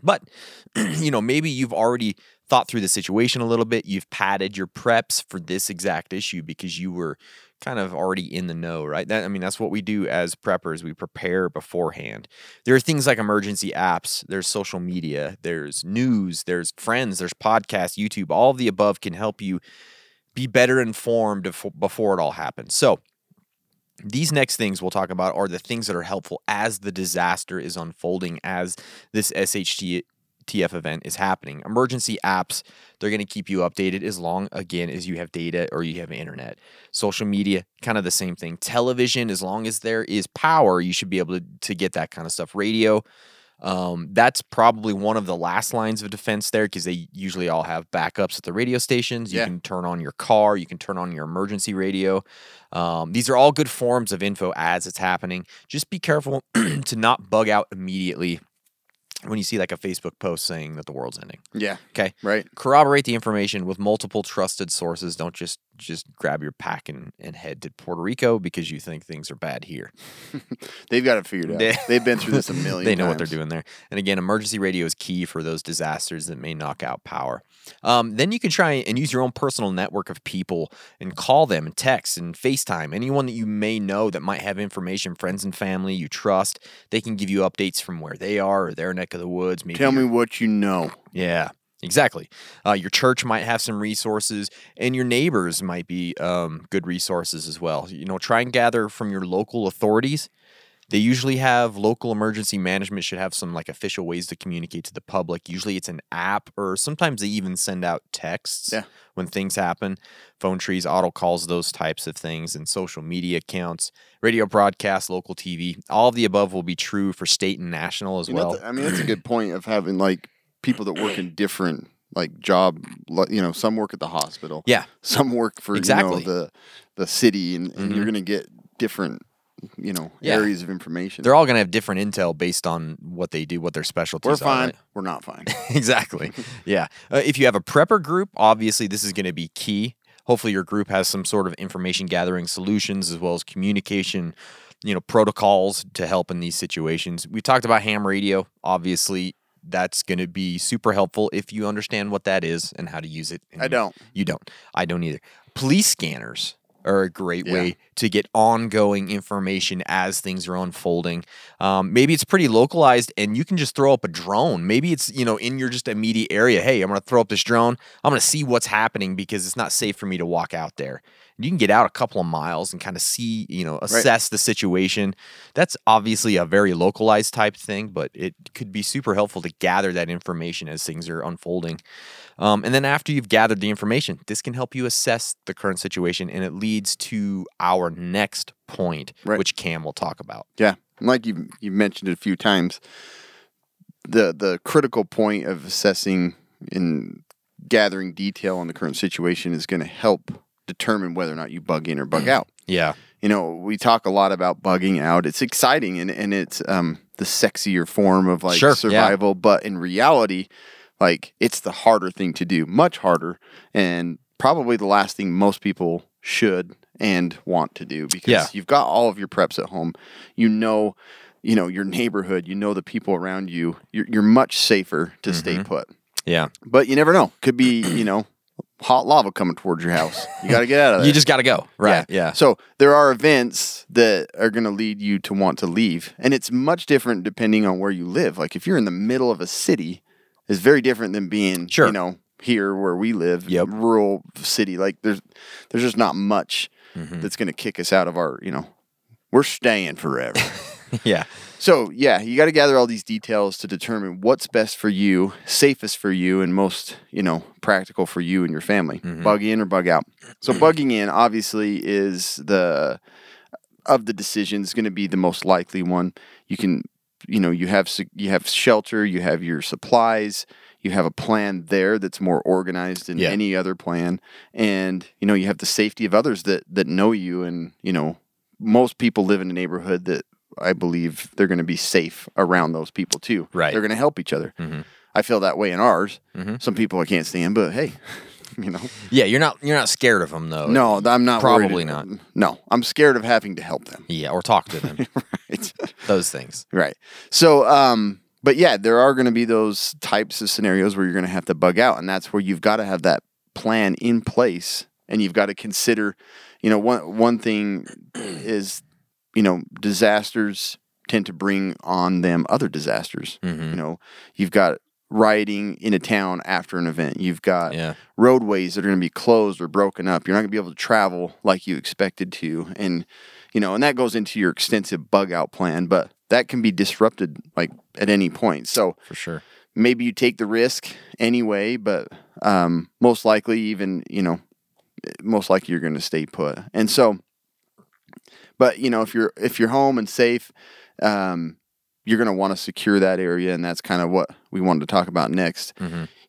S4: But, you know, maybe you've already thought through the situation a little bit. You've padded your preps for this exact issue because you were kind of already in the know, right? That I mean, that's what we do as preppers. We prepare beforehand. There are things like emergency apps, there's social media, there's news, there's friends, there's podcasts, YouTube. All of the above can help you be better informed befo- before it all happens. So, these next things we'll talk about are the things that are helpful as the disaster is unfolding, as this SHTF event is happening. Emergency apps, they're going to keep you updated as long, again, as you have data or you have internet. Social media, kind of the same thing. Television, as long as there is power, you should be able to, to get that kind of stuff. Radio, Um, that's probably one of the last lines of defense there because they usually all have backups at the radio stations. You
S5: Yeah.
S4: can turn on your car, you can turn on your emergency radio. Um, these are all good forms of info as it's happening. Just be careful to not bug out immediately when you see like a Facebook post saying that the world's ending.
S5: Yeah.
S4: Okay.
S5: Right.
S4: Corroborate the information with multiple trusted sources. Don't just just grab your pack and, and head to Puerto Rico because you think things are bad here.
S5: They've got it figured out.
S4: They-
S5: They've been through this a million
S4: they know what they're
S5: times.
S4: doing there. And again, emergency radio is key for those disasters that may knock out power. Um, then you can try and use your own personal network of people and call them and text and FaceTime anyone that you may know that might have information, friends and family you trust. They can give you updates from where they are or their neck of the woods. Maybe
S5: Tell
S4: your
S5: me what you know.
S4: yeah, exactly. Uh, your church might have some resources, and your neighbors might be um, good resources as well. You know, try and gather from your local authorities. They usually have local emergency management should have some like official ways to communicate to the public. Usually it's an app or sometimes they even send out texts
S5: Yeah.
S4: when things happen. Phone trees, auto calls, those types of things, and social media accounts, radio broadcasts, local TV. All of the above will be true for state and national as
S5: You know, um
S4: well.
S5: th- I mean, that's a good point of having like people that work in different like job. li- You know, some work at the hospital.
S4: yeah.
S5: Some work for
S4: Exactly. Mm-hmm.
S5: you know, the the city, and, and you're gonna get different you know
S4: Yeah.
S5: areas of information.
S4: They're all going to have different intel based on what they do, what their specialties
S5: We're
S4: are.
S5: fine.
S4: right?
S5: We're not fine.
S4: exactly. Yeah. Uh, if you have a prepper group, obviously this is going to be key. Hopefully your group has some sort of information gathering solutions as well as communication, you know, protocols to help in these situations. We talked about ham radio. Obviously, that's going to be super helpful if you understand what that is and how to use it. and
S5: I
S4: you-
S5: don't.
S4: You don't. I don't either. Police scanners are a great
S5: Yeah.
S4: way to get ongoing information as things are unfolding. Um, maybe it's pretty localized and you can just throw up a drone. Maybe it's, you know, in your just immediate area. Hey, I'm going to throw up this drone. I'm going to see what's happening because it's not safe for me to walk out there. You can get out a couple of miles and kind of see, you know, assess the situation. That's obviously a very localized type thing, but it could be super helpful to gather that information as things are unfolding. Um, and then after you've gathered the information, this can help you assess the current situation, and it leads to our next point,
S5: Right.
S4: which Cam will talk about.
S5: Yeah, and like you you mentioned it a few times, the the critical point of assessing and gathering detail on the current situation is going to help determine whether or not you bug in or
S4: Mm.
S5: bug out.
S4: Yeah,
S5: You know, we talk a lot about bugging out. It's exciting and and it's um the sexier form of like
S4: Sure, yeah.
S5: survival, but in reality, like it's the harder thing to do, much harder, and probably the last thing most people should and want to do because
S4: Yeah.
S5: you've got all of your preps at home. You know, you know your neighborhood, you know the people around you. You're, you're much safer to
S4: Mm-hmm.
S5: stay put.
S4: yeah.
S5: But you never know. Could be, you know, hot lava coming towards your house. You got to get out of there.
S4: You just got to go, right? Yeah,
S5: So there are events that are going to lead you to want to leave, and it's much different depending on where you live. Like if you're in the middle of a city, it's very different than being,
S4: Sure.
S5: you know, here where we live,
S4: Yep.
S5: rural city. Like there's there's just not much
S4: Mm-hmm.
S5: that's going to kick us out of our, you know, we're staying forever.
S4: yeah.
S5: So yeah, you got to gather all these details to determine what's best for you, safest for you, and most you know practical for you and your family. Bug in or bug out. So bugging in obviously is the of the decisions going to be the most likely one. You can you know you have se- you have shelter, you have your supplies, you have a plan there that's more organized than
S4: Yeah.
S5: any other plan, and you know you have the safety of others that that know you and you know most people live in a neighborhood that I believe they're going to be safe around those people too.
S4: Right. Mm-hmm.
S5: They're going to help each other. I feel that way in ours. Some people I can't stand, but hey, you know,
S4: Yeah, You're not you're not scared of them though.
S5: no, I'm not. worried.
S4: Oh, Probably not.
S5: No, I'm scared of having to help them.
S4: Yeah, or talk to them.
S5: Right.
S4: Those things.
S5: Right. So, um, but yeah, there are going to be those types of scenarios where you're going to have to bug out, and that's where you've got to have that plan in place, and you've got to consider, you know, one one thing is, you know, disasters tend to bring on them other disasters. You know, you've got rioting in a town after an event. You've got
S4: Yeah.
S5: roadways that are going to be closed or broken up. You're not going to be able to travel like you expected to. And, you know, and that goes into your extensive bug out plan, but that can be disrupted like at any point. So
S4: For sure.
S5: maybe you take the risk anyway, but um, most likely, even, you know, most likely you're going to stay put. And so, but you know, if you're, if you're home and safe, um, you're going to want to secure that area. And that's kind of what we wanted to talk about next.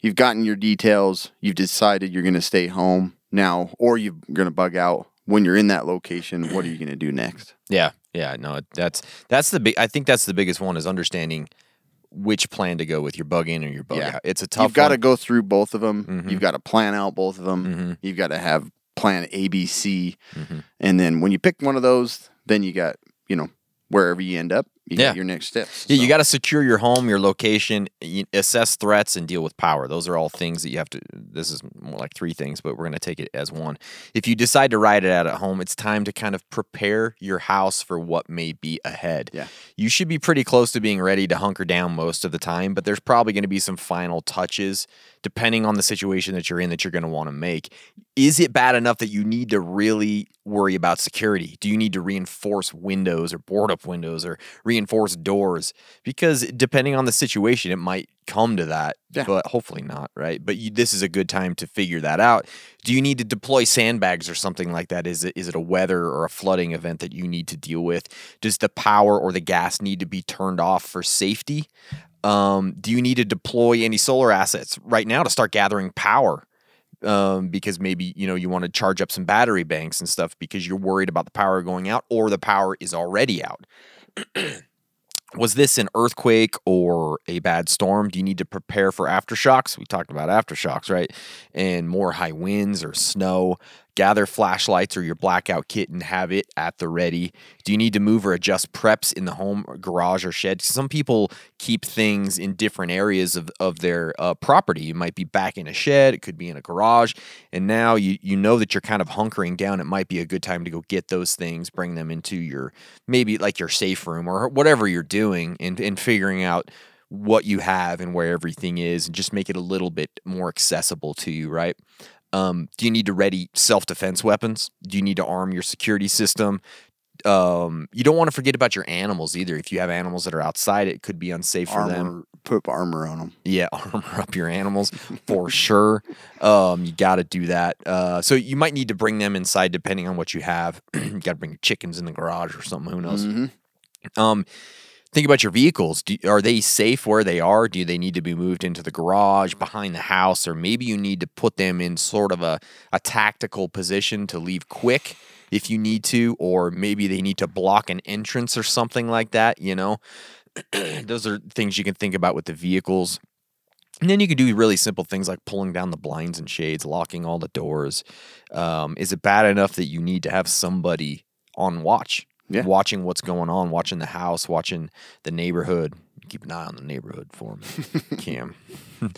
S5: You've gotten your details, you've decided you're going to stay home now, or you're going to bug out. When you're in that location, what are you going to do next?
S4: Yeah, yeah, no, it- that's that's the big. I think that's the biggest one is understanding which plan to go with your bug in or your bug out. It's a tough.
S5: You've got to
S4: one. Mm-hmm.
S5: go through both of them. You've got to plan out both of them. You've got to have plan A, B, C,
S4: Mm-hmm.
S5: and then when you pick one of those, then you got you know wherever you end up, you
S4: Yeah.
S5: got your next steps.
S4: Yeah, you
S5: So,
S4: got to secure your home, your location, y- assess threats, and deal with power. Those are all things that you have to. This is more like three things, but we're going to take it as one. If you decide to ride it out at home, it's time to kind of prepare your house for what may be ahead.
S5: Yeah.
S4: You should be pretty close to being ready to hunker down most of the time, but there's probably going to be some final touches depending on the situation that you're in that you're going to want to make. Is it bad enough that you need to really worry about security? Do you need to reinforce windows or board up windows or reinforce doors? Because depending on the situation, it might come to that,
S5: Yeah.
S4: but hopefully not, right? But you, this is a good time to figure that out. Do you need to deploy sandbags or something like that? Is it is it a weather or a flooding event that you need to deal with? Does the power or the gas need to be turned off for safety? Um, do you need to deploy any solar assets right now to start gathering power? Um, because maybe you know you want to charge up some battery banks and stuff because you're worried about the power going out or the power is already out. Was this an earthquake or a bad storm? Do you need to prepare for aftershocks? We talked about aftershocks, right? And more high winds or snow. Gather flashlights or your blackout kit and have it at the ready. Do you need to move or adjust preps in the home, or garage, or shed? Some people keep things in different areas of, of their uh, property. You might be back in a shed, it could be in a garage. And now you, you know that you're kind of hunkering down. It might be a good time to go get those things, bring them into your maybe like your safe room or whatever you're doing and, and figuring out what you have and where everything is and just make it a little bit more accessible to you, right? Um, do you need to ready self defense weapons? Do you need to arm your security system? Um, you don't want to forget about your animals either. If you have animals that are outside, it could be unsafe for them.
S5: armor, put armor on them.
S4: Yeah, armor up your animals for sure. Um, you got to do that. Uh, so you might need to bring them inside depending on what you have. you got to bring your chickens in the garage or something. Who knows? Um, think about your vehicles. Do, are they safe where they are? Do they need to be moved into the garage, behind the house, or maybe you need to put them in sort of a, a tactical position to leave quick if you need to, or maybe they need to block an entrance or something like that, you know? Those are things you can think about with the vehicles. And then you can do really simple things like pulling down the blinds and shades, locking all the doors. Um, is it bad enough that you need to have somebody on watch?
S5: Yeah.
S4: Watching what's going on, watching the house, watching the neighborhood. Keep an eye on the neighborhood for me, Cam.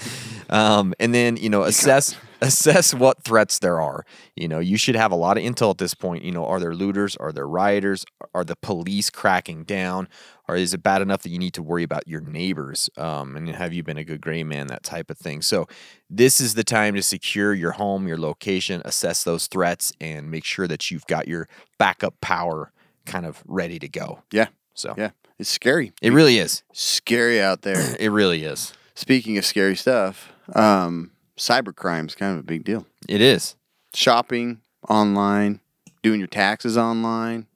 S4: um, and then you know assess assess what threats there are. You know you should have a lot of intel at this point. You know are there looters? Are there rioters? Are the police cracking down? Or is it bad enough that you need to worry about your neighbors? Um, and have you been a good gray man? That type of thing. So this is the time to secure your home, your location, assess those threats, and make sure that you've got your backup power kind of ready to go.
S5: Yeah,
S4: So
S5: yeah, it's scary,
S4: it really is.
S5: scary out there.
S4: It really is.
S5: Speaking of scary stuff, um, cybercrime is kind of a big deal.
S4: It is.
S5: shopping online, doing your taxes online,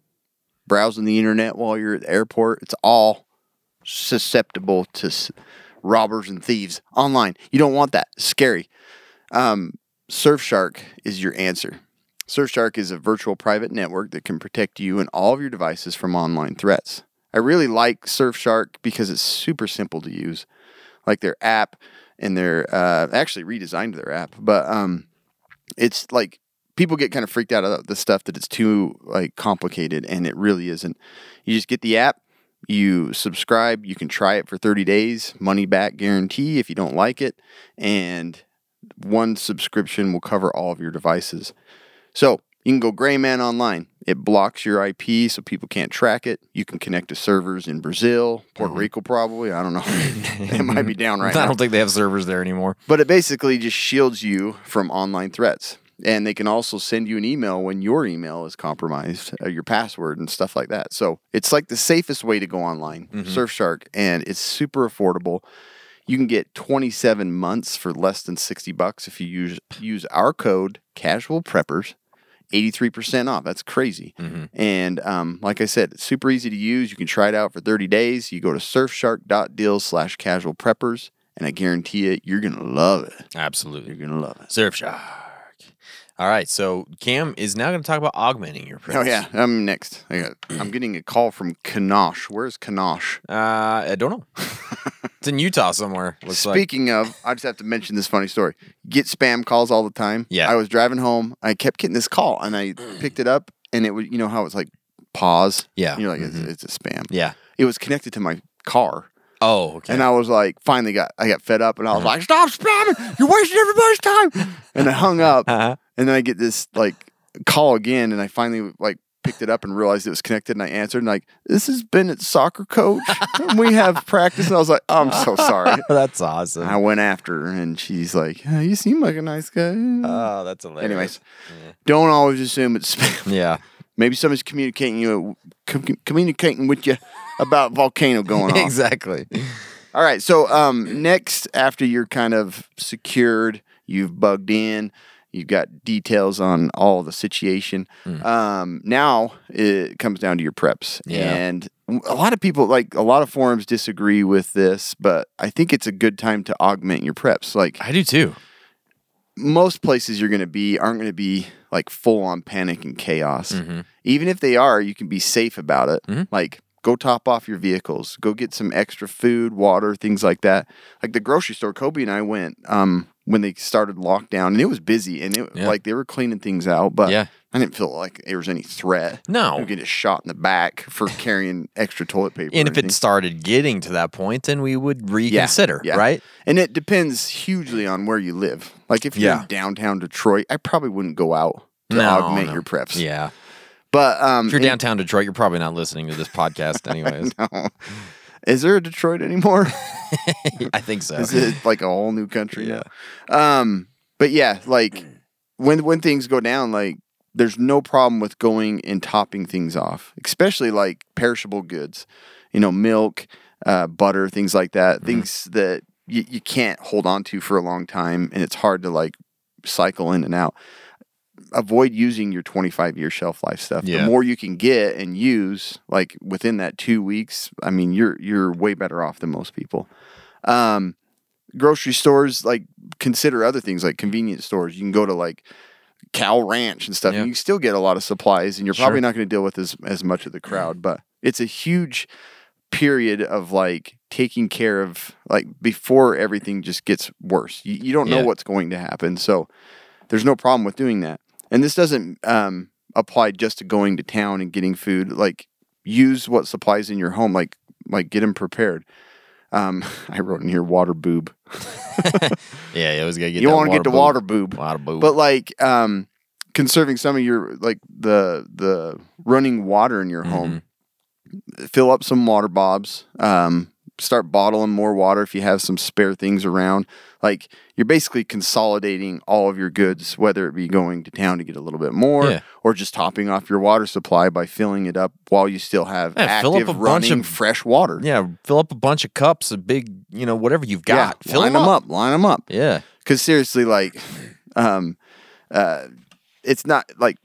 S5: browsing the internet while you're at the airport. It's all susceptible to s- robbers and thieves online. You don't want that. Scary. Um, Surfshark is your answer. Surfshark is a virtual private network that can protect you and all of your devices from online threats. I really like Surfshark because it's super simple to use. Like their app and their uh, actually redesigned their app, but um, it's like people get kind of freaked out about the stuff that it's too like complicated and it really isn't you just get the app you subscribe you can try it for 30 days money back guarantee if you don't like it and one subscription will cover all of your devices so you can go gray man online it blocks your ip so people can't track it you can connect to servers in brazil puerto rico probably i don't know it might be down right
S4: I
S5: now
S4: don't think they have servers there anymore.
S5: but it basically just shields you from online threats. And they can also send you an email when your email is compromised, uh, your password and stuff like that. So it's like the safest way to go online, Surfshark, and it's super affordable. You can get 27 months for less than 60 bucks if you use use our code Casual Preppers 83% off. That's crazy.
S4: Mm-hmm.
S5: And um, like I said, it's super easy to use. You can try it out for 30 days. You go to surfshark.deal slash casual preppers, and I guarantee it, you're going to love it. You're
S4: Absolutely.
S5: going to love it.
S4: Surfshark. All right. So Cam is now going to talk about augmenting your
S5: Oh,
S4: prints.
S5: yeah. I'm next. I got, I'm getting a call from Kanosh. Where's Kanosh?
S4: Uh, I don't know. it's in Utah somewhere. Looks like.
S5: Speaking of, I just have to mention this funny story. Get spam calls all the time.
S4: Yeah.
S5: I was driving home. I kept getting this call, and I picked it up, and it was you know how it's like pause.
S4: Yeah. Mm-hmm.
S5: You're like it's, it's a spam.
S4: Yeah.
S5: It was connected to my car,
S4: Oh, okay.
S5: and I was like, finally got I got fed up, and I was like, stop spamming! You're wasting everybody's time. and I hung up,
S4: Uh-huh.
S5: and then I get this like call again, and I finally like picked it up and realized it was connected, and I answered, and like this is Bennett's soccer coach, and we have practice, and I was like, I'm so sorry.
S4: That's awesome.
S5: I went after her, and she's like, "Uh, "You seem like a nice guy."
S4: oh, that's hilarious.
S5: Anyways, don't always assume it's spam.
S4: Yeah.
S5: Maybe somebody's communicating you, com- communicating with you about volcano going on.
S4: exactly.
S5: All right, so um, next after you're kind of secured, you've bugged in, you've got details on all the situation. Um, now it comes down to your preps,
S4: Yeah.
S5: and a lot of people like a lot of forums disagree with this, but I think it's a good time to augment your preps. Like
S4: I do too.
S5: most places you're going to be aren't going to be like full on panic and chaos.
S4: Mm-hmm.
S5: Even if they are, you can be safe about it. Like, go top off your vehicles, go get some extra food, water, things like that. Like the grocery store, Kobe and I went um, when they started lockdown, and it was busy, and it
S4: Yeah.
S5: like they were cleaning things out, but
S4: Yeah.
S5: I didn't feel like there was any threat.
S4: No.
S5: of getting shot in the back for carrying extra toilet paper.
S4: And
S5: or
S4: if it
S5: anything.
S4: started getting to that point, then we would
S5: Yeah,
S4: reconsider,
S5: yeah.
S4: right?
S5: And it depends hugely on where you live. Like if you're
S4: Yeah.
S5: in downtown Detroit, I probably wouldn't go out to augment
S4: no.
S5: your preps. Mm,
S4: Yeah.
S5: But um,
S4: If you're
S5: in-
S4: downtown Detroit, you're probably not listening to this podcast, anyways.
S5: is there a Detroit anymore?
S4: I think so.
S5: is it like a whole new country? Yeah. Um, but yeah, like when when things go down, like there's no problem with going and topping things off, especially like perishable goods, you know, milk, uh, butter, things like
S4: Mm-hmm.
S5: that, things that you, you can't hold on to for a long time, and it's hard to like cycle in and out. Avoid using your 25 year shelf life stuff.
S4: Yeah.
S5: The more you can get and use, like within that two weeks, I mean, you're you're way better off than most people um, grocery stores like consider other things like convenience stores. You can go to like Cal Ranch and stuff,
S4: Yeah.
S5: and you still get a lot of supplies, and you're
S4: Sure. Mm-hmm.
S5: probably not going to deal with as as much of the crowd. But it's a huge period of like taking care of like before everything just gets worse. You, you don't know
S4: Yeah.
S5: what's going to happen, so there's no problem with doing that. And this doesn't um, apply just to going to town and getting food. Like use what supplies in your home. Like like get them prepared. Um, I wrote in here water boob.
S4: yeah, you always gotta get
S5: you
S4: that
S5: want to get the
S4: boob.
S5: water boob,
S4: Water boob.
S5: but like um, conserving some of your like the the running water in your
S4: Mm-hmm.
S5: home. Fill up some water bobs. Um, start bottling more water if you have some spare things around. Like you're basically consolidating all of your goods, whether it be going to town to get a little bit more,
S4: Yeah.
S5: or just topping off your water supply by filling it up while you still have
S4: Yeah,
S5: active
S4: fill up a bunch
S5: running
S4: of-
S5: fresh water.
S4: yeah, fill up a bunch of cups, a big, you know, whatever you've got.
S5: yeah,
S4: fill
S5: line
S4: 'em
S5: them up. Line them up.
S4: Yeah.
S5: because seriously, like, um, uh, it's not like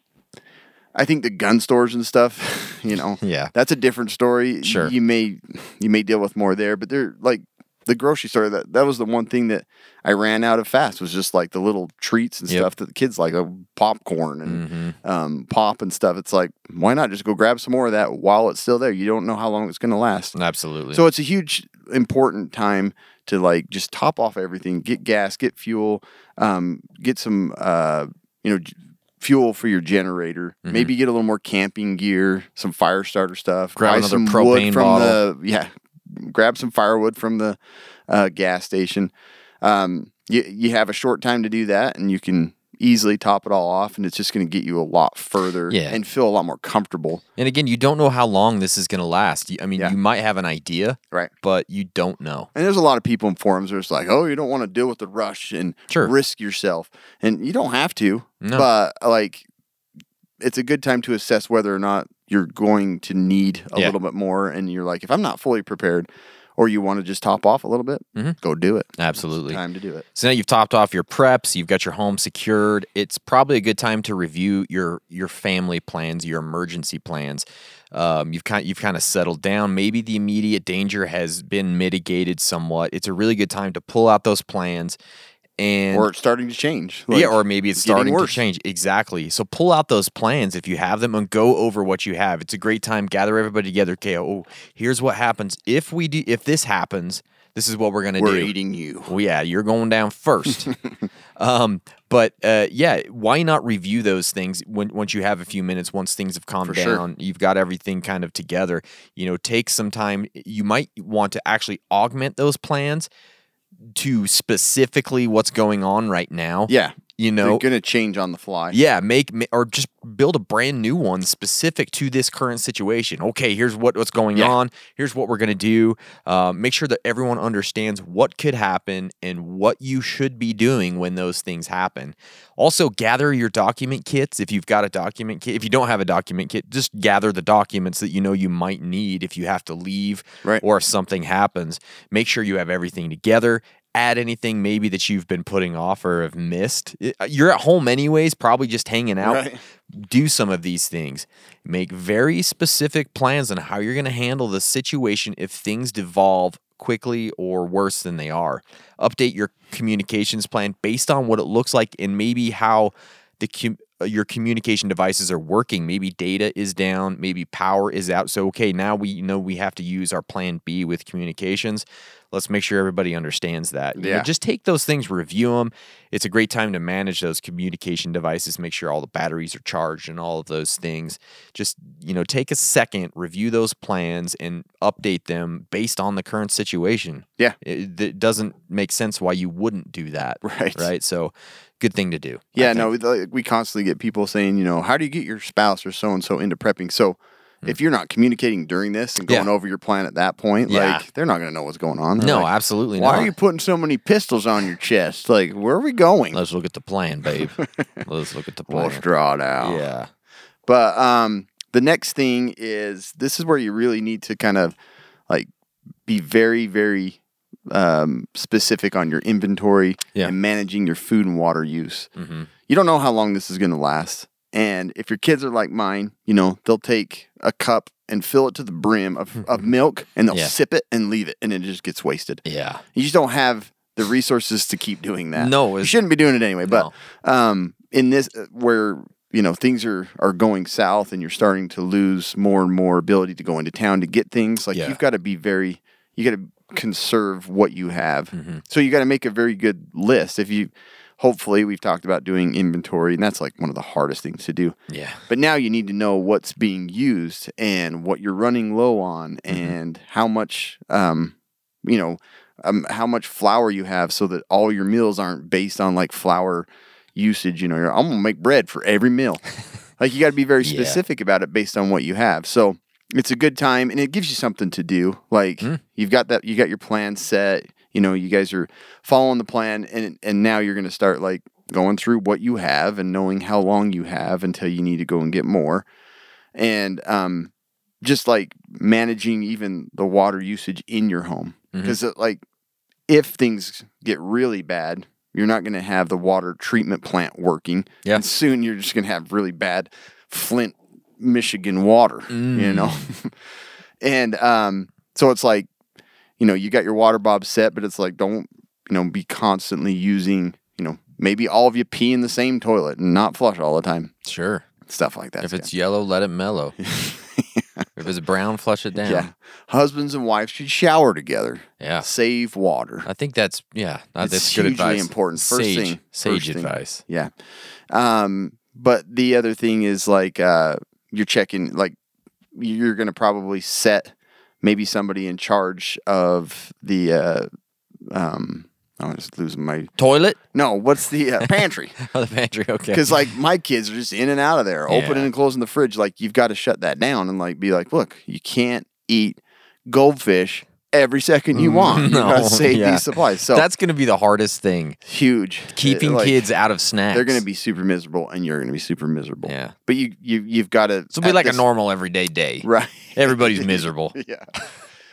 S5: I think the gun stores and stuff, you know,
S4: Yeah.
S5: that's a different story.
S4: Sure.
S5: you may you may deal with more there, but they're like the grocery store. That that was the one thing that I ran out of fast was just like the little treats and
S4: Yep. Mm-hmm.
S5: stuff that the kids like, like popcorn and um, pop and stuff. It's like why not just go grab some more of that while it's still there? You don't know how long it's going to last.
S4: Absolutely.
S5: So it's a huge important time to like just top off everything, get gas, get fuel, um, get some uh, you know j- fuel for your generator.
S4: Mm-hmm.
S5: Maybe get a little more camping gear, some fire starter stuff.
S4: Grab
S5: buy
S4: another
S5: some
S4: propane
S5: wood from
S4: bottle.
S5: the yeah. Grab some firewood from the uh, gas station. Um, you you have a short time to do that, and you can easily top it all off, and it's just going to get you a lot further
S4: Yeah.
S5: and feel a lot more comfortable.
S4: and again, you don't know how long this is gonna last. You- I mean,
S5: Yeah.
S4: you might have an idea,
S5: Right.
S4: but you don't know.
S5: And there's a lot of people in forums that's like, oh, you don't want to deal with the rush and
S4: Sure.
S5: risk yourself. And you don't have to,
S4: No.
S5: but like it's a good time to assess whether or not you're going to need a
S4: Yeah.
S5: little bit more. And you're like, if I'm not fully prepared, or you want to just top off a little bit, go do it.
S4: Mm-hmm. Absolutely.
S5: Time to do it.
S4: So now you've topped off your preps, you've got your home secured. It's probably a good time to review your your family plans, your emergency plans. Um, you've kind you've kind of settled down. Maybe the immediate danger has been mitigated somewhat. It's a really good time to pull out those plans and
S5: or it's starting to change.
S4: yeah,
S5: Like,
S4: or maybe it's
S5: getting
S4: starting to
S5: worse.
S4: change. Exactly. So pull out those plans if you have them and go over what you have. It's a great time. Gather everybody together. Okay, oh, here's what happens if we do if this happens. This is what we're gonna
S5: We're
S4: do.
S5: eating you.
S4: Well, yeah, you're going down first. um, but uh, yeah, why not review those things when, once you have a few minutes, once things have calmed
S5: For sure.
S4: down, you've got everything kind of together. You know, take some time. You might want to actually augment those plans to specifically what's going on right now.
S5: Yeah.
S4: You
S5: They're
S4: know,
S5: going to change on the fly.
S4: yeah, make ma- or just build a brand new one specific to this current situation. Okay, here's what what's going
S5: Yeah.
S4: on. Here's what we're gonna do. Uh, make sure that everyone understands what could happen and what you should be doing when those things happen. Also, gather your document kits if you've got a document kit. If you don't have a document kit, just gather the documents that you know you might need if you have to leave
S5: Right.
S4: or if something happens. Make sure you have everything together add anything maybe that you've been putting off or have missed. It- You're at home anyways, probably just hanging out.
S5: Right.
S4: Do some of these things. Make very specific plans on how you're going to handle the situation if things devolve quickly or worse than they are. Update your communications plan based on what it looks like and maybe how the com- uh, your communication devices are working. Maybe data is down, maybe power is out. So okay, now we know we have to use our plan B with communications. Let's make sure everybody understands that. You know,
S5: Yeah.
S4: just take those things, review them. It's a great time to manage those communication devices, make sure all the batteries are charged and all of those things. Just, you know, take a second, review those plans and update them based on the current situation.
S5: Yeah.
S4: It, it doesn't make sense why you wouldn't do that.
S5: Right.
S4: Right. So, good thing to do. I
S5: Yeah,
S4: think.
S5: no, we- like, we constantly get people saying, you know, how do you get your spouse or so and so into prepping? So if you're not communicating during this and
S4: Hmm. Yeah.
S5: going over your plan at that point,
S4: Yeah.
S5: like they're not going to know what's going on. They're
S4: No,
S5: like,
S4: absolutely
S5: Why
S4: not.
S5: are you putting so many pistols on your chest? Like, where are we going?
S4: Let's look at the plan, babe. Let's look at the plan.
S5: Let's draw it out.
S4: Yeah.
S5: But um, the next thing is this is where you really need to kind of like be very, very um, specific on your inventory
S4: Yeah.
S5: and managing your food and water use.
S4: Mhm.
S5: You don't know how long this is going to last. And if your kids are like mine, you know, they'll take a cup and fill it to the brim of, of milk and they'll
S4: Yeah.
S5: sip it and leave it and it just gets wasted.
S4: Yeah.
S5: You just don't have the resources to keep doing that.
S4: No,
S5: you
S4: it's-
S5: shouldn't be doing it anyway. But um, in this, uh, where you know things are are going south, and you're starting to lose more and more ability to go into town to get things. Like
S4: Yeah.
S5: you've got to be very, you got to conserve what you have.
S4: Mm-hmm.
S5: So you got to make a very good list. If you, hopefully, we've talked about doing inventory, and that's like one of the hardest things to do.
S4: Yeah.
S5: But now you need to know what's being used and what you're running low on
S4: Mm-hmm.
S5: and how much, um, you know, um, how much flour you have so that all your meals aren't based on like flour usage. You know, you're, I'm going to make bread for every meal. like you got to be very
S4: Yeah.
S5: specific about it based on what you have. So it's a good time and it gives you something to do. Like you've got that, you got your plan set. You know, you guys are following the plan and, and now you're going to start like going through what you have and knowing how long you have until you need to go and get more. And um, just like managing even the water usage in your home.
S4: Mm-hmm.
S5: Because uh, like if things get really bad, you're not going to have the water treatment plant working.
S4: Yeah.
S5: And soon you're just going to have really bad Flint, Michigan water, you know?
S4: Mm.
S5: and um, so it's like, you know, you got your water bob set, but it's like, don't, you know, be constantly using, you know, maybe all of you pee in the same toilet and not flush all the time.
S4: Sure.
S5: Stuff like that.
S4: If it's yellow, let it mellow. If it's brown, flush it down.
S5: yeah. Husbands and wives should shower together.
S4: Yeah.
S5: Save water.
S4: I think that's yeah. uh,
S5: It's
S4: that's good
S5: hugely
S4: advice.
S5: important. First
S4: sage,
S5: thing-
S4: sage
S5: first thing.
S4: advice.
S5: Yeah. Um, but the other thing is like uh, you're checking like you're gonna probably set maybe somebody in charge of the uh, um, I'm just losing my
S4: Toilet
S5: no. What's the uh, pantry?
S4: oh, the pantry. Okay.
S5: Because like my kids are just in and out of there, opening
S4: Yeah.
S5: and closing the fridge. Like you've got to shut that down and like be like, look, you can't eat goldfish every second you want. You gotta save
S4: Mm, yeah.
S5: these supplies. So
S4: that's going to be the hardest thing:
S5: huge.
S4: keeping
S5: Like,
S4: kids out of snacks.
S5: They're going to be super miserable, and you're going to be super miserable.
S4: Yeah.
S5: But you you you've got to.
S4: So it'll be like a normal everyday day.
S5: right?
S4: Everybody's miserable.
S5: yeah.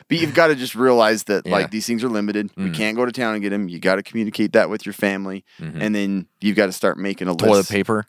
S5: But you've got to just realize that
S4: Yeah. Mm.
S5: like these things are limited. We can't go to town and get them. You got to communicate that with your family, and then you've got to start making a
S4: Mm-hmm. toilet
S5: list.
S4: paper.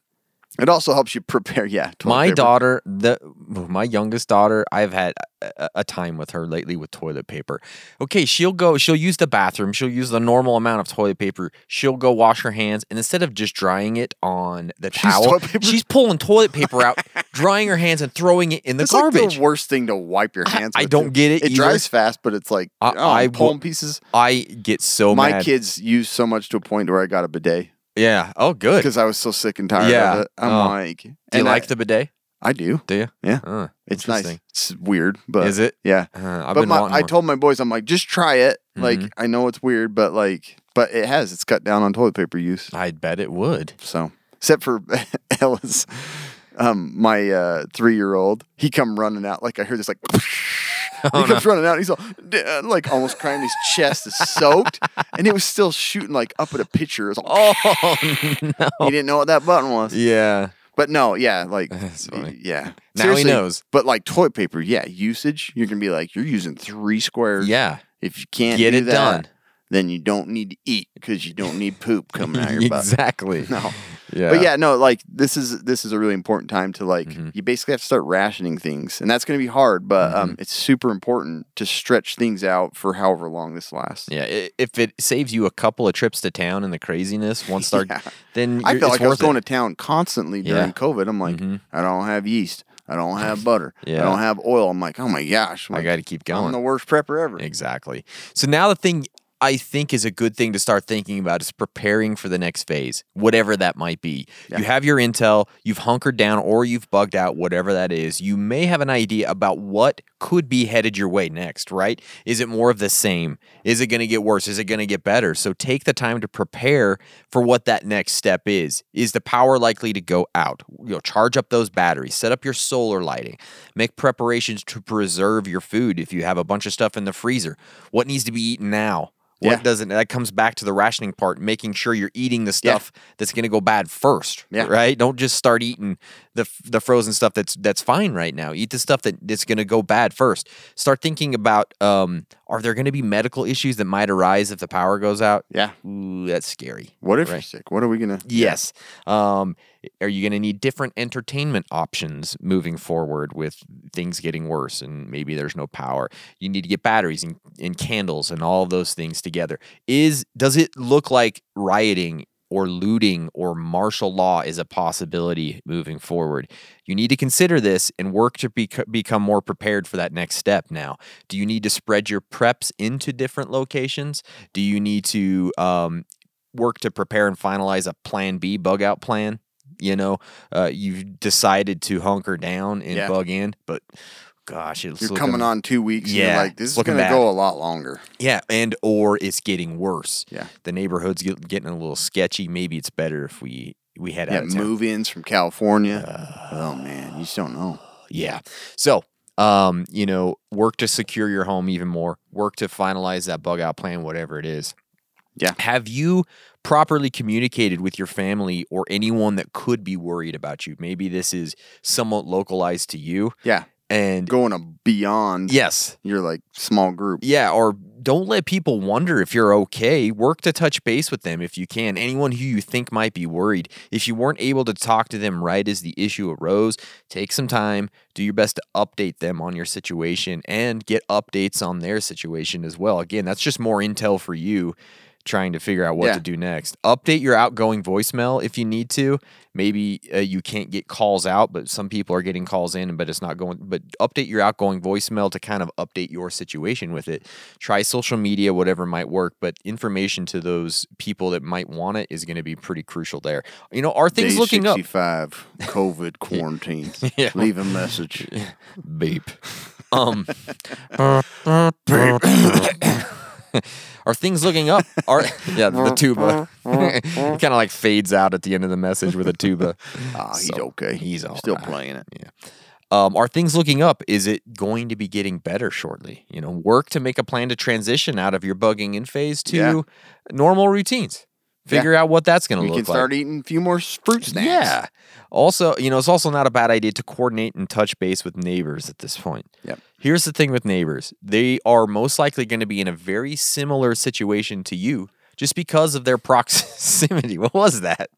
S5: It also helps you prepare. Yeah, toilet
S4: my
S5: paper.
S4: daughter, the my youngest daughter, I've had a- a, a time with her lately with toilet paper. Okay, she'll go, she'll use the bathroom, she'll use the normal amount of toilet paper. She'll go wash her hands, and instead of just drying it on the towel,
S5: toilet paper-
S4: she's pulling toilet paper out, drying her hands, and throwing it in the
S5: It's like
S4: garbage.
S5: the worst thing to wipe your
S4: I-
S5: hands.
S4: I
S5: with,
S4: don't
S5: too.
S4: get it
S5: It
S4: either.
S5: dries fast, but it's like
S4: I-
S5: I,
S4: I
S5: pulling
S4: will-
S5: pieces.
S4: I get so
S5: my
S4: mad.
S5: kids use so much to a point where I got a bidet
S4: yeah. Oh, good. Do
S5: because I was so sick and tired
S4: Yeah.
S5: of it. I'm
S4: Oh.
S5: like,
S4: you
S5: and
S4: like
S5: I,
S4: the bidet?
S5: I do.
S4: Do you?
S5: Yeah.
S4: Uh,
S5: It's nice.
S4: interesting.
S5: It's weird, but
S4: Is it?
S5: Yeah.
S4: Uh, I've
S5: but
S4: been
S5: my,
S4: wanting
S5: I
S4: one.
S5: told my boys, I'm like, just try it.
S4: Mhm.
S5: Like, I know it's weird, but like, but it has. It's cut down on toilet paper use.
S4: I bet it would.
S5: So, except for Ellis, um, my uh, three year old, he come running out. Like I heard this, like
S4: Oh,
S5: he comes running out. He's all "Dad," like almost crying. His chest is soaked, and it was still shooting like up at a picture. It was all,
S4: Oh no.
S5: he didn't know what that button was.
S4: Yeah.
S5: But no, yeah, like
S4: That's funny.
S5: yeah.
S4: Now he knows.
S5: But like toilet paper, yeah, usage. You're gonna be like, you're using three squares.
S4: Yeah.
S5: If you can't
S4: Get
S5: do
S4: it
S5: that,
S4: done.
S5: then you don't need to eat because you don't need poop coming out of your butt.
S4: exactly.
S5: No.
S4: Yeah. Mm-hmm.
S5: But yeah, no, like this is this is a really important time to like you basically have to start rationing things, and that's going to be hard, but um,
S4: Mm-hmm.
S5: it's super important to stretch things out for however long this lasts.
S4: Yeah, i- if it saves you a couple of trips to town and the craziness once start,
S5: Yeah.
S4: then
S5: I
S4: you're-
S5: felt
S4: it's
S5: like I was
S4: worth it.
S5: going to town constantly during
S4: Yeah. Mm-hmm.
S5: COVID. I'm like, I don't have yeast, I don't have butter,
S4: Yeah.
S5: I don't have oil. I'm like, oh my gosh,
S4: I
S5: like,
S4: got to keep
S5: I'm
S4: going.
S5: the worst prepper ever.
S4: Exactly. So now the thing I think is a good thing to start thinking about is preparing for the next phase, whatever that might be. You have your intel, you've hunkered down or you've bugged out, whatever that is. You may have an idea about what could be headed your way next, right? Is it more of the same? Is it going to get worse? Is it going to get better? So take the time to prepare for what that next step is. Is the power likely to go out? You know, charge up those batteries, set up your solar lighting, make preparations to preserve your food if you have a bunch of stuff in the freezer. What needs to be eaten now? What
S5: Yeah.
S4: doesn't that comes back to the rationing part, making sure you're eating the
S5: Yeah.
S4: stuff that's going to go bad first,
S5: Yeah.
S4: right? Don't just start eating the f- the frozen stuff that's that's fine right now. Eat the stuff that that's going to go bad first. Start thinking about um, are there going to be medical issues that might arise if the power goes out?
S5: Yeah.
S4: Ooh, that's scary.
S5: What if you're
S4: Right.
S5: sick? What are we gonna?
S4: Yes. Um, are you going to need different entertainment options moving forward with things getting worse and maybe there's no power? You need to get batteries and, and candles and all those things together. Is does it look like rioting or looting or martial law is a possibility moving forward? You need to consider this and work to bec- become more prepared for that next step now. Do you need to spread your preps into different locations? Do you need to um, work to prepare and finalize a plan B bug out plan. You know, uh, you've decided to hunker down and
S5: Yeah.
S4: bug in, but gosh, it's
S5: You're
S4: looking-
S5: coming on two weeks. Yeah, and
S4: Yeah,
S5: you're like this
S4: it's
S5: is
S4: looking
S5: gonna
S4: bad.
S5: go a lot longer.
S4: Yeah, and or it's getting worse.
S5: Yeah.
S4: the neighborhood's get, getting a little sketchy. Maybe it's better if we we head
S5: Yeah,
S4: out of town. Uh,
S5: move-ins from California. oh man, you just don't know.
S4: Yeah. So, um, you know, work to secure your home even more, work to finalize that bug out plan, whatever it is.
S5: Yeah.
S4: Have you properly communicated with your family or anyone that could be worried about you? Maybe this is somewhat localized to you.
S5: Yeah,
S4: And
S5: going a beyond
S4: yes,
S5: your like small group.
S4: yeah, or don't let people wonder if you're okay. Work to touch base with them if you can. Anyone who you think might be worried. If you weren't able to talk to them right as the issue arose, take some time, do your best to update them on your situation and get updates on their situation as well. Again, that's just more intel for you trying to figure out what
S5: Yeah.
S4: to do next. Update your outgoing voicemail if you need to. Maybe uh, you can't get calls out, but some people are getting calls in, but it's not going. But update your outgoing voicemail to kind of update your situation with it. Try social media, whatever might work, but information to those people that might want it is going to be pretty crucial there. You know, are things
S5: Day
S4: looking up?
S5: 65, COVID quarantine.
S4: Yeah.
S5: Leave a message.
S4: Beep. Um, are things looking up? Are yeah, the tuba kind of like fades out at the end of the message with a tuba.
S5: Ah, he's
S4: So,
S5: okay.
S4: He's all
S5: still
S4: right.
S5: playing it.
S4: Um, are things looking up? Is it going to be getting better shortly? You know, work to make a plan to transition out of your bugging in phase to
S5: Yeah.
S4: normal routines. Figure out what that's going to
S5: We
S4: look
S5: can
S4: like.
S5: start eating a few more s- fruit snacks.
S4: Yeah. Also, you know, it's also not a bad idea to coordinate and touch base with neighbors at this point.
S5: Yep.
S4: Here's the thing with neighbors they are most likely going to be in a very similar situation to you just because of their proximity. What was that?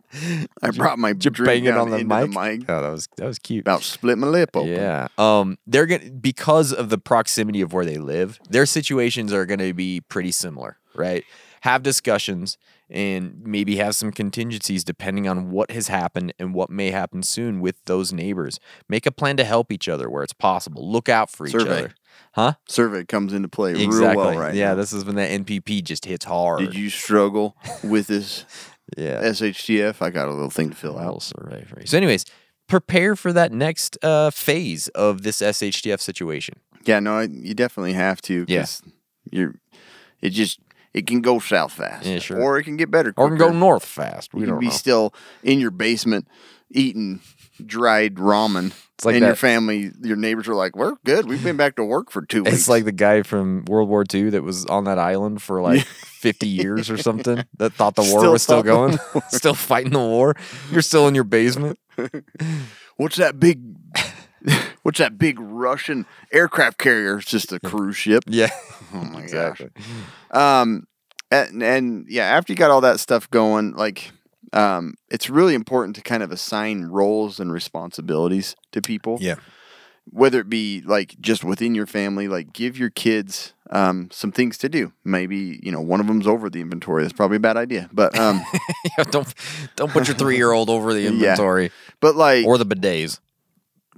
S5: I brought my
S4: Did you
S5: drink
S4: bang it
S5: down
S4: on the
S5: into the
S4: mic?
S5: mic.
S4: Oh, that was, that was cute.
S5: About split my lip open.
S4: Yeah. Um, they're gonna because of the proximity of where they live, their situations are gonna be pretty similar, right? Have discussions and maybe have some contingencies depending on what has happened and what may happen soon with those neighbors. Make a plan to help each other where it's possible. Look out for each
S5: Survey.
S4: other. Huh?
S5: Survey comes into play real
S4: exactly.
S5: well right
S4: yeah,
S5: now.
S4: this is when that NPP just hits hard.
S5: Did you struggle with this
S4: yeah.
S5: SHTF? I got a little thing to fill out.
S4: Well, survey for you. So, anyways, prepare for that next uh, phase of this SHTF situation.
S5: Yeah, no, I, you definitely have to.
S4: Yeah.
S5: 'cause You're. It just it can go south fast.
S4: Yeah, sure.
S5: Or it can get better.
S4: Or we can
S5: quicker.
S4: go north fast. We
S5: You
S4: don't
S5: can be
S4: know.
S5: still in your basement eating dried ramen.
S4: It's like
S5: and your
S4: that-
S5: family, your neighbors are like, "We're good. We've been back to work for two weeks."
S4: It's like the guy from World War II that was on that island for like 50 years or something that thought the war
S5: Still
S4: was still
S5: thought the
S4: going, still fighting the war. You're still in your basement.
S5: what's that big? what's that big Russian aircraft carrier? It's just a cruise ship.
S4: Yeah.
S5: Oh my gosh. Um, and, and yeah, after you got all that stuff going, like, um, it's really important to kind of assign roles and responsibilities to people.
S4: Yeah.
S5: Whether it be like just within your family, like give your kids um, some things to do. Maybe you know one of them's over the inventory. That's probably a bad idea, but um,
S4: Yeah, don't don't put your 3-year-old over the
S5: Yeah.
S4: inventory
S5: but like
S4: or the bidets.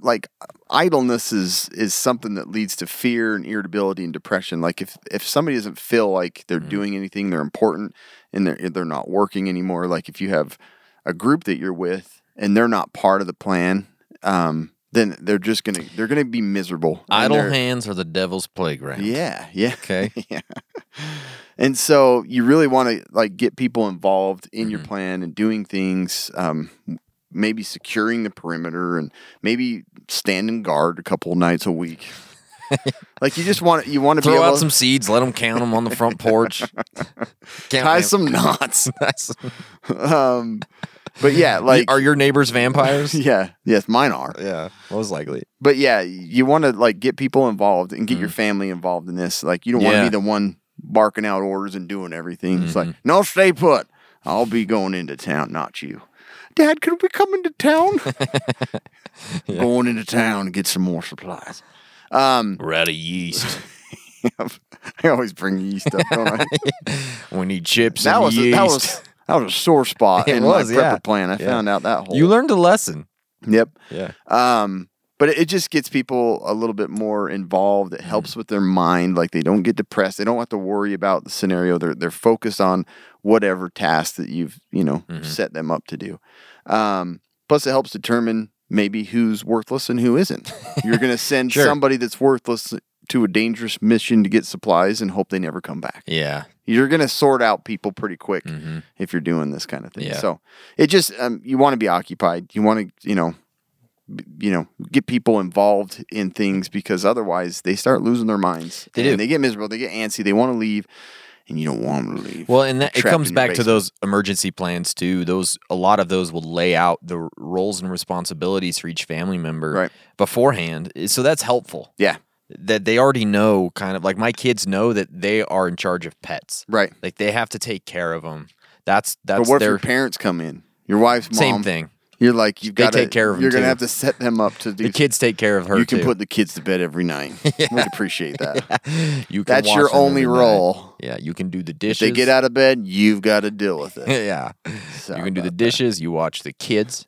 S5: like idleness is is something that leads to fear and irritability and depression like if if somebody doesn't feel like they're
S4: Mm-hmm.
S5: doing anything they're important and they're they're not working anymore like if you have a group that you're with and they're not part of the plan um then they're just gonna they're gonna be miserable and
S4: Idle
S5: they're-
S4: hands are the devil's playground.
S5: yeah yeah
S4: Okay.
S5: and so you really want to like get people involved in
S4: Mm-hmm.
S5: your plan and doing things, um, maybe securing the perimeter and maybe standing guard a couple nights a week. like you just want you want to be
S4: Throw
S5: able
S4: out
S5: to
S4: some seeds, let them count them on the front porch. Count
S5: tie
S4: them.
S5: some knots.
S4: Tie some-
S5: um, but yeah, like
S4: are your neighbors vampires?
S5: yeah, yes, mine are.
S4: yeah, most likely.
S5: But yeah, you want to like get people involved and get your family involved in this. Like you don't want to
S4: Mm-hmm. Yeah. Mm-hmm.
S5: be the one barking out orders and doing everything. It's like, no, stay put. I'll be going into town, not you. Dad, could we come into town? Going into town to get some more supplies. Um,
S4: We're out of yeast.
S5: I always bring yeast up, don't I?
S4: we need chips
S5: that
S4: and
S5: was a,
S4: yeast.
S5: that was that was a sore spot
S4: It
S5: in
S4: was,
S5: my prepper
S4: yeah.
S5: plan. I
S4: Yeah.
S5: found out that whole
S4: You learned a lesson.
S5: Yep.
S4: Yeah.
S5: Um, but it, it just gets people a little bit more involved. It helps with their mind. Like they don't get depressed. They don't have to worry about the scenario. They're they're focused on whatever task that you've you know set them up to do. Um, plus, it helps determine maybe who's worthless and who isn't. You're going to send
S4: Sure.
S5: somebody that's worthless to a dangerous mission to get supplies and hope they never come back
S4: Yeah.
S5: you're going to sort out people pretty quick if you're doing this kind of thing.
S4: Mm-hmm. Yeah.
S5: So it just um, you want to be occupied. You want to you know b- you know get people involved in things because otherwise they start losing their minds.
S4: They do.
S5: And they get miserable. They get antsy. They want to leave, and you don't want them to leave.
S4: Well, and that,
S5: They're
S4: it
S5: trapped
S4: comes
S5: in your
S4: back to
S5: basement.
S4: those emergency plans too. Those a lot of those will lay out the r- roles and responsibilities for each family member
S5: Right.
S4: beforehand. So that's helpful.
S5: Yeah.
S4: That they already know kind of like my kids know that they are in charge of pets.
S5: Right.
S4: Like they have to take care of them. That's that's
S5: but what if
S4: their
S5: your parents come in? Your wife's mom.
S4: same thing.
S5: You're like you've
S4: They
S5: got to
S4: take care of 'em
S5: You're going
S4: too.
S5: to have to set them up to do.
S4: The kids take care of her
S5: You can
S4: too.
S5: put the kids to bed every night. We'd appreciate that.
S4: you can
S5: That's
S4: wash
S5: your
S4: them
S5: only
S4: every night.
S5: role.
S4: Yeah, you can do the
S5: If
S4: dishes.
S5: they get out of bed, you've got to deal with it.
S4: yeah.
S5: Sorry
S4: you can do the
S5: about
S4: dishes. You watch the kids.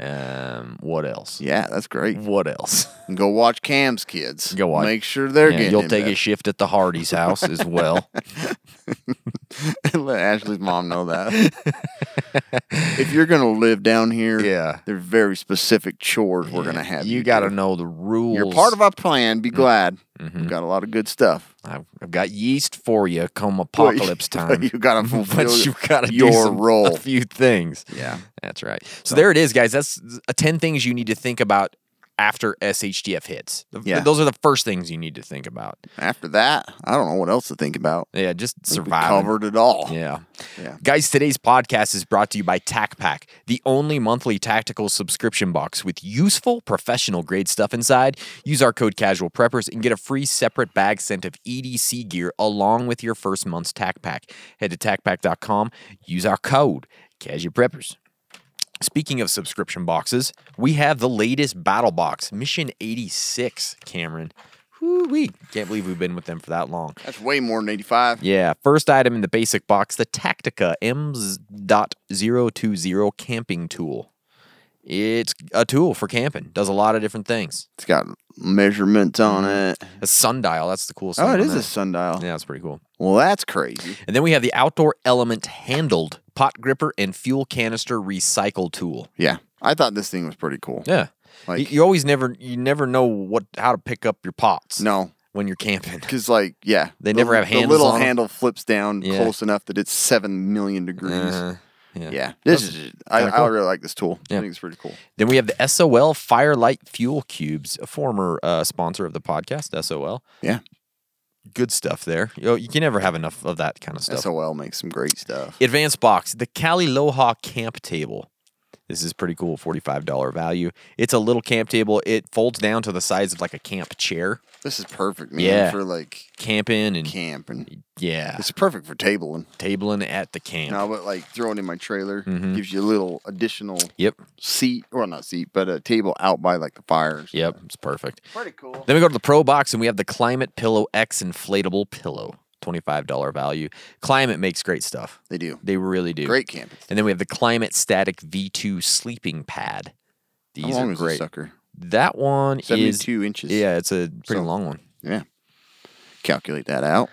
S4: um, what else?
S5: Yeah, that's great.
S4: What else?
S5: And go watch Cam's kids.
S4: Mm. Go watch.
S5: Make sure they're
S4: Yeah,
S5: getting.
S4: you'll
S5: in
S4: take a
S5: bed.
S4: shift at the Hardy's house as well.
S5: Let Ashley's mom know that. if you're gonna live down here,
S4: Yeah.
S5: there are very specific chores we're gonna have.
S4: you got to
S5: do.
S4: know the rules. Mm. Mm-hmm.
S5: You're part of our plan. Be glad. We've got a lot of good stuff.
S4: I've, I've got yeast for you come
S5: But-
S4: apocalypse
S5: but
S4: time.
S5: you gotta fulfill
S4: but you got to
S5: your
S4: do some,
S5: role.
S4: A few things.
S5: Yeah.
S4: That's right. So there it is, guys. That's uh, ten things you need to think about after SHTF hits. The-
S5: Yeah.
S4: Those are the first things you need to think about.
S5: After that, I don't know what else to think about.
S4: Yeah, just
S5: We
S4: survive.
S5: covered it all.
S4: Yeah.
S5: Yeah.
S4: Guys, today's podcast is brought to you by Tac Pack, the only monthly tactical subscription box with useful professional grade stuff inside. Use our code Casual Preppers and get a free separate bag sent of EDC gear along with your first month's Tac Pack. Head to tacpack.com, use our code Casual Preppers. Speaking of subscription boxes, we have the latest battle box, Mission 86, Cameron. Woo-wee. Can't believe we've been with them for that long.
S5: That's way more than 85.
S4: Yeah, first item in the basic box, the Tactica M.020 camping tool. It's a tool for camping. Does a lot of different things.
S5: It's got measurements on it.
S4: A sundial, that's the coolest
S5: Oh,
S4: thing
S5: it
S4: on
S5: is
S4: there.
S5: a sundial.
S4: Yeah, that's pretty cool.
S5: Well, that's crazy.
S4: And then we have the outdoor element handled pot gripper and fuel canister recycle tool.
S5: Yeah. I thought this thing was pretty cool.
S4: Yeah.
S5: Like-
S4: you, you always never you never know what how to pick up your pots
S5: No,
S4: when you're camping.
S5: because like yeah,
S4: They
S5: the-
S4: never have handles
S5: The little
S4: on 'em.
S5: handle flips down
S4: Yeah.
S5: close enough that it's seven million degrees.
S4: Uh-huh. yeah.
S5: Yeah, this is. I,
S4: kinda
S5: I
S4: cool.
S5: really like this tool.
S4: Yeah.
S5: I think it's pretty cool.
S4: Then we have the SOL Firelight Fuel Cubes, a former uh, sponsor of the podcast, SOL.
S5: Yeah.
S4: Good stuff there. You, know, you can never have enough of that kind of stuff.
S5: SOL makes some great stuff.
S4: Advanced box, the Cali Loja Camp Table. This is pretty cool, $45 value. It's a little camp table. It folds down to the size of like a camp chair,
S5: This is perfect, man,
S4: Yeah.
S5: for like
S4: camping and
S5: camp and
S4: yeah,
S5: it's perfect for tabling.
S4: tabling at the camp.
S5: Now, but like throwing in my trailer
S4: Mhm.
S5: gives you a little additional
S4: Yep.
S5: seat, or not seat, but a table out by like the fire.
S4: Yep. It's perfect.
S5: Pretty cool.
S4: Then we go to the Pro Box and we have the Climate Pillow X inflatable pillow, $25 value. Climate makes great stuff.
S5: They do
S4: They really do.
S5: great camping.
S4: And then we have the Climate Static V2 sleeping pad. These
S5: How long
S4: are
S5: is this
S4: great.
S5: sucker?
S4: that one is
S5: Seventy-two inches.
S4: yeah, it's a pretty
S5: So-
S4: long one.
S5: yeah. Calculate that out.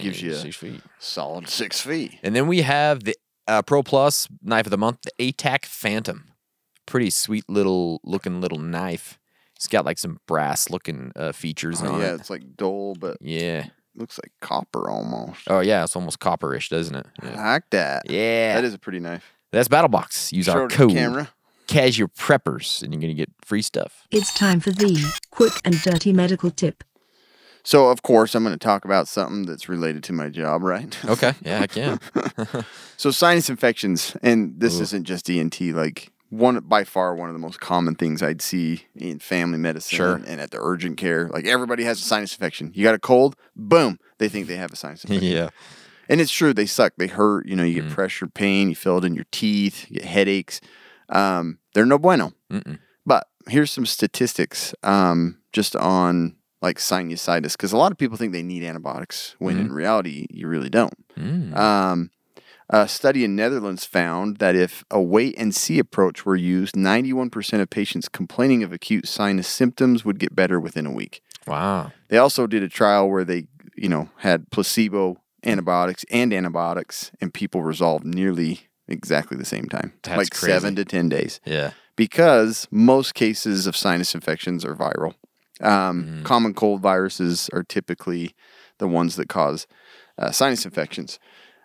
S5: Gives
S4: Eh,
S5: you a-
S4: six feet.
S5: Solid six feet.
S4: And then we have the uh, Pro Plus knife of the month, the ATAC Phantom. Pretty sweet little looking little knife. It's got like some brass looking uh, features
S5: Oh,
S4: on
S5: yeah,
S4: it.
S5: it's like dull, but
S4: Yeah.
S5: looks like copper almost.
S4: Oh yeah, it's almost copperish, doesn't it?
S5: I
S4: Yeah.
S5: like that.
S4: Yeah.
S5: That is a pretty knife.
S4: That's Battlebox. Use our
S5: Schroeder's
S4: code
S5: camera.
S4: Casual Preppers, and you're gonna get free stuff.
S2: It's time for the quick and dirty medical tip.
S5: So of course I'm going to talk about something that's related to my job, right?
S4: Okay. Yeah, I can.
S5: so sinus infections, and this isn't just ENT. Like one by far one of the most common things I'd see in family medicine
S4: Sure.
S5: and, at the urgent care. Like everybody has a sinus infection. You got a cold, boom, they think they have a sinus infection.
S4: yeah.
S5: And it's true, they suck. They hurt. You know, you get pressure, pain, you feel it in your teeth, you get headaches. Um, they're no bueno.
S4: Mm-mm.
S5: But here's some statistics um, just on like sinusitis, because a lot of people think they need antibiotics when in reality, you really don't.
S4: Mm.
S5: Um, a study in Netherlands found that if a wait and see approach were used, 91% of patients complaining of acute sinus symptoms would get better within a week.
S4: Wow.
S5: They also did a trial where they, you know, had placebo antibiotics and antibiotics, and people resolved nearly exactly the same time,
S4: That's
S5: like
S4: crazy.
S5: seven to ten days,
S4: Yeah.
S5: because most cases of sinus infections are viral. Um, Common cold viruses are typically the ones that cause uh, sinus infections.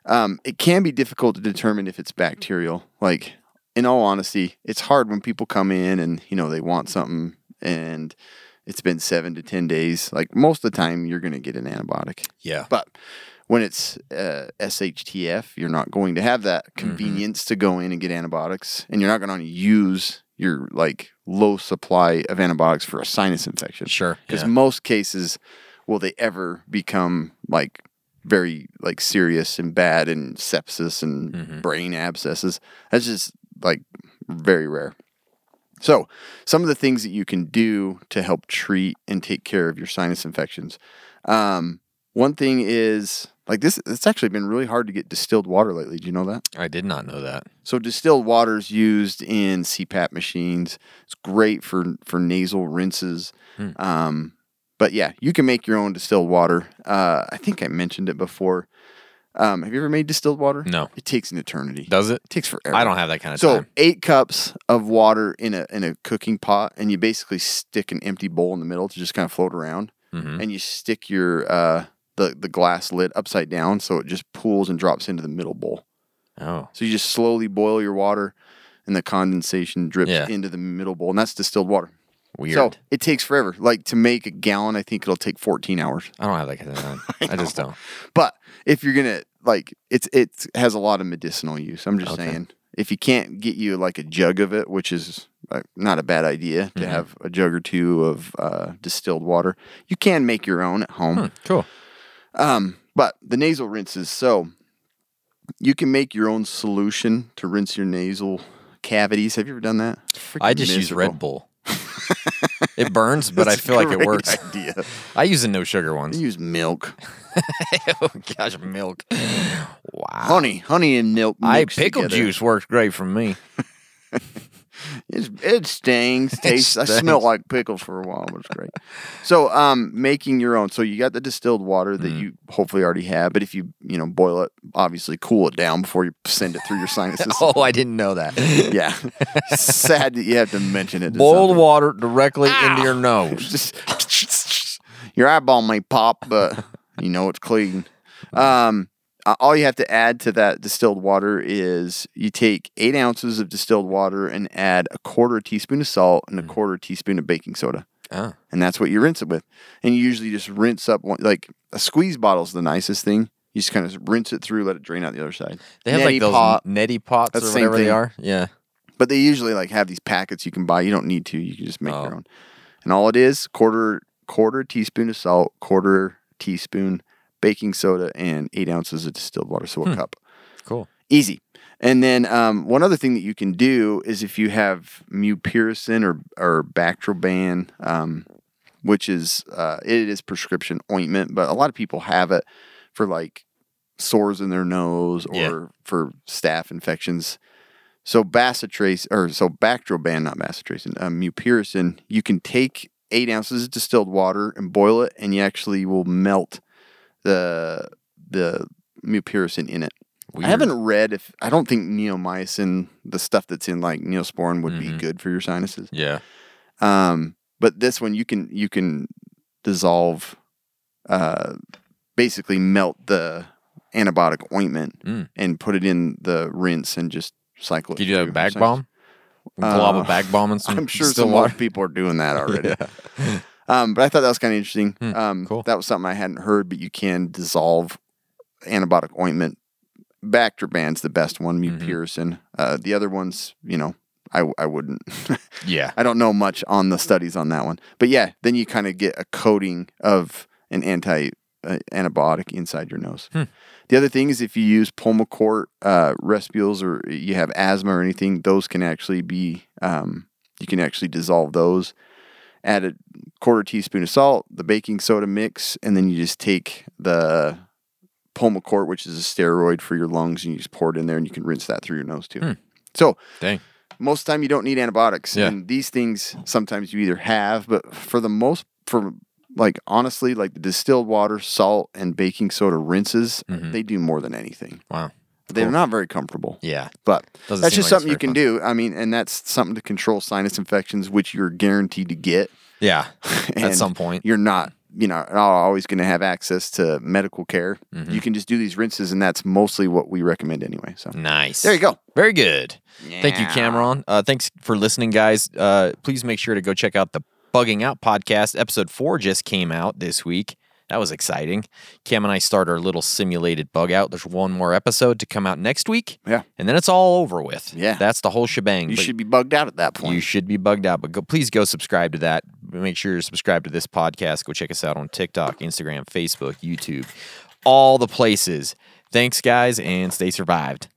S5: Um, it can be difficult to determine if it's bacterial. Like, in all honesty, it's hard when people come in and, you know, they want something and it's been seven to 10 days. Like, most of the time, you're going to get an antibiotic.
S4: Yeah.
S5: But when it's uh, SHTF, you're not going to have that convenience to go in and get antibiotics, and you're not going to use your like low supply of antibiotics for a sinus infection.
S4: Sure,
S5: because
S4: yeah.
S5: most cases, will they ever become like very like serious and bad and sepsis and brain abscesses? That's just like very rare. So, some of the things that you can do to help treat and take care of your sinus infections. Um, one thing is like this, it's actually been really hard to get distilled water lately. Do you know that?
S4: I did not know that.
S5: So, distilled water is used in CPAP machines. It's great for, for nasal rinses.
S4: Hmm.
S5: Um, but yeah, you can make your own distilled water. Uh, I think I mentioned it before. Um, have you ever made distilled water?
S4: No.
S5: It takes an eternity.
S4: Does it?
S5: It takes forever.
S4: I don't have that kind of
S5: So
S4: time.
S5: eight cups of water in a in a cooking pot, and you basically stick an empty bowl in the middle to just kind of float around,
S4: Mm-hmm. Hmm.
S5: and you stick your uh, the the glass lid upside down so it just pools and drops into the middle bowl.
S4: Oh.
S5: So you just slowly boil your water, and the condensation drips
S4: Yeah.
S5: into the middle bowl, and that's distilled water.
S4: Weird.
S5: So it takes forever. Like to make a gallon, I think it'll take 14 hours.
S4: I don't have that kind of time. I just don't.
S5: But if you're gonna like, it's it has a lot of medicinal use. I'm just
S4: Okay.
S5: saying, if you can't get you like a jug of it, which is uh, not a bad idea
S4: Mm-hmm.
S5: to have a jug or two of uh, distilled water, you can make your own at home.
S4: Hmm, cool.
S5: Um, but the nasal rinses, so you can make your own solution to rinse your nasal cavities. Have you ever done that?
S4: I
S5: Freaking
S4: just use
S5: miserable.
S4: Red Bull. it burns, but I
S5: That's a
S4: feel like it
S5: great
S4: works.
S5: Idea.
S4: I use the no sugar
S5: You
S4: ones.
S5: use milk,
S4: oh gosh, milk. Wow.
S5: honey, honey, and milk.
S4: Ah. I
S5: mixed
S4: pickle
S5: together.
S4: juice works great for me.
S5: It's, it stings. Tastes. I smell
S4: stings.
S5: like pickles for a while. It was great. so, um, making your own. So you got the distilled water
S4: Mm-hmm.
S5: that you hopefully already have, but if you you know boil it, obviously cool it down before you send it through your sinuses.
S4: Oh, I didn't know that.
S5: Yeah, sad that you have to mention it. to
S4: Boiled
S5: somebody.
S4: water directly into your nose.
S5: Just your eyeball may pop, but you know it's clean. Um, uh, all you have to add to that distilled water is you take eight ounces of distilled water and add a quarter teaspoon of salt and a quarter teaspoon of baking soda,
S4: Oh,
S5: and that's what you rinse it with. And you usually just rinse up one like a squeeze bottle's the nicest thing. You just kind of rinse it through, let it drain out the other side.
S4: they have
S5: Neti
S4: like those
S5: pot,
S4: neti pots
S5: That's
S4: or
S5: the same
S4: whatever they
S5: thing.
S4: are. Yeah.
S5: but they usually like have these packets you can buy. You don't need to. You can just make your
S4: Oh.
S5: own. And all it is quarter quarter teaspoon of salt, quarter teaspoon baking soda, and eight ounces of distilled water. So a cup.
S4: Cool.
S5: Easy. And then um, one other thing that you can do is if you have mupirocin or or Bactroban, um, which is uh, it is prescription ointment, but a lot of people have it for like sores in their nose or
S4: Yeah.
S5: for staph infections. So bacitracin or so Bactroban, not bacitracin, um, mupirocin. You can take eight ounces of distilled water and boil it, and you actually will melt the the mupirocin in it. I haven't read if I don't think neomycin, the stuff that's in like neosporin, would be
S4: Mhm.
S5: good for your sinuses.
S4: Yeah.
S5: Um, but this one you can you can dissolve, uh, basically melt the antibiotic ointment
S4: Mm.
S5: and put it in the rinse and just cycle it.
S4: Can you do that
S5: through
S4: with
S5: your
S4: back
S5: sinuses.
S4: bomb? Glob
S5: Uh,
S4: of back bomb and some
S5: I'm sure
S4: still
S5: some
S4: water.
S5: water. people are doing that already. Um, but I thought that was kind of interesting.
S4: Hmm,
S5: um,
S4: cool.
S5: That was something I hadn't heard, but you can dissolve antibiotic ointment. Bactroban's the best one,
S4: Mm-hmm.
S5: mupirocin. Uh, the other ones, you know, I, I wouldn't.
S4: Yeah.
S5: I don't know much on the studies on that one. But yeah, then you kind of get a coating of an anti uh, antibiotic inside your nose. The other thing is if you use Pulmicort uh, respules or you have asthma or anything, those can actually be um, you can actually dissolve those add a quarter teaspoon of salt, the baking soda mix, and then you just take the Pulmicort, which is a steroid for your lungs, and you just pour it in there, and you can rinse that through your nose too. So
S4: Dang.
S5: most of the time you don't need antibiotics,
S4: Yeah.
S5: and these things sometimes you either have, but for the most for like honestly, like the distilled water, salt, and baking soda rinses,
S4: Mm-hmm.
S5: they do more than anything.
S4: Wow.
S5: They're not very comfortable.
S4: Yeah.
S5: But
S4: Doesn't
S5: that's
S4: seem
S5: just
S4: like it's
S5: something you
S4: very
S5: can
S4: fun.
S5: do. I mean, and that's something to control sinus infections, which you're guaranteed to get
S4: Yeah. At
S5: and
S4: some point.
S5: you're not you know not always going to have access to medical care
S4: Mm-hmm.
S5: you can just do these rinses and that's mostly what we recommend anyway so
S4: Nice.
S5: There you go.
S4: Very good. Thank you,
S5: Yeah.
S4: Cameron. Uh, thanks for listening, guys. Uh, please make sure to go check out the Bugging Out podcast. Episode four just came out this week. That was exciting. Cam and I start our little simulated bug out. There's one more episode to come out next week.
S5: Yeah.
S4: And then it's all over with.
S5: Yeah.
S4: That's the whole shebang.
S5: you
S4: But-
S5: should be bugged out at that point
S4: you should be bugged out, but go, please go subscribe to that. Make sure you're subscribed to this podcast. Go check us out on TikTok, Instagram, Facebook, YouTube, all the places. Thanks, guys, and stay survived.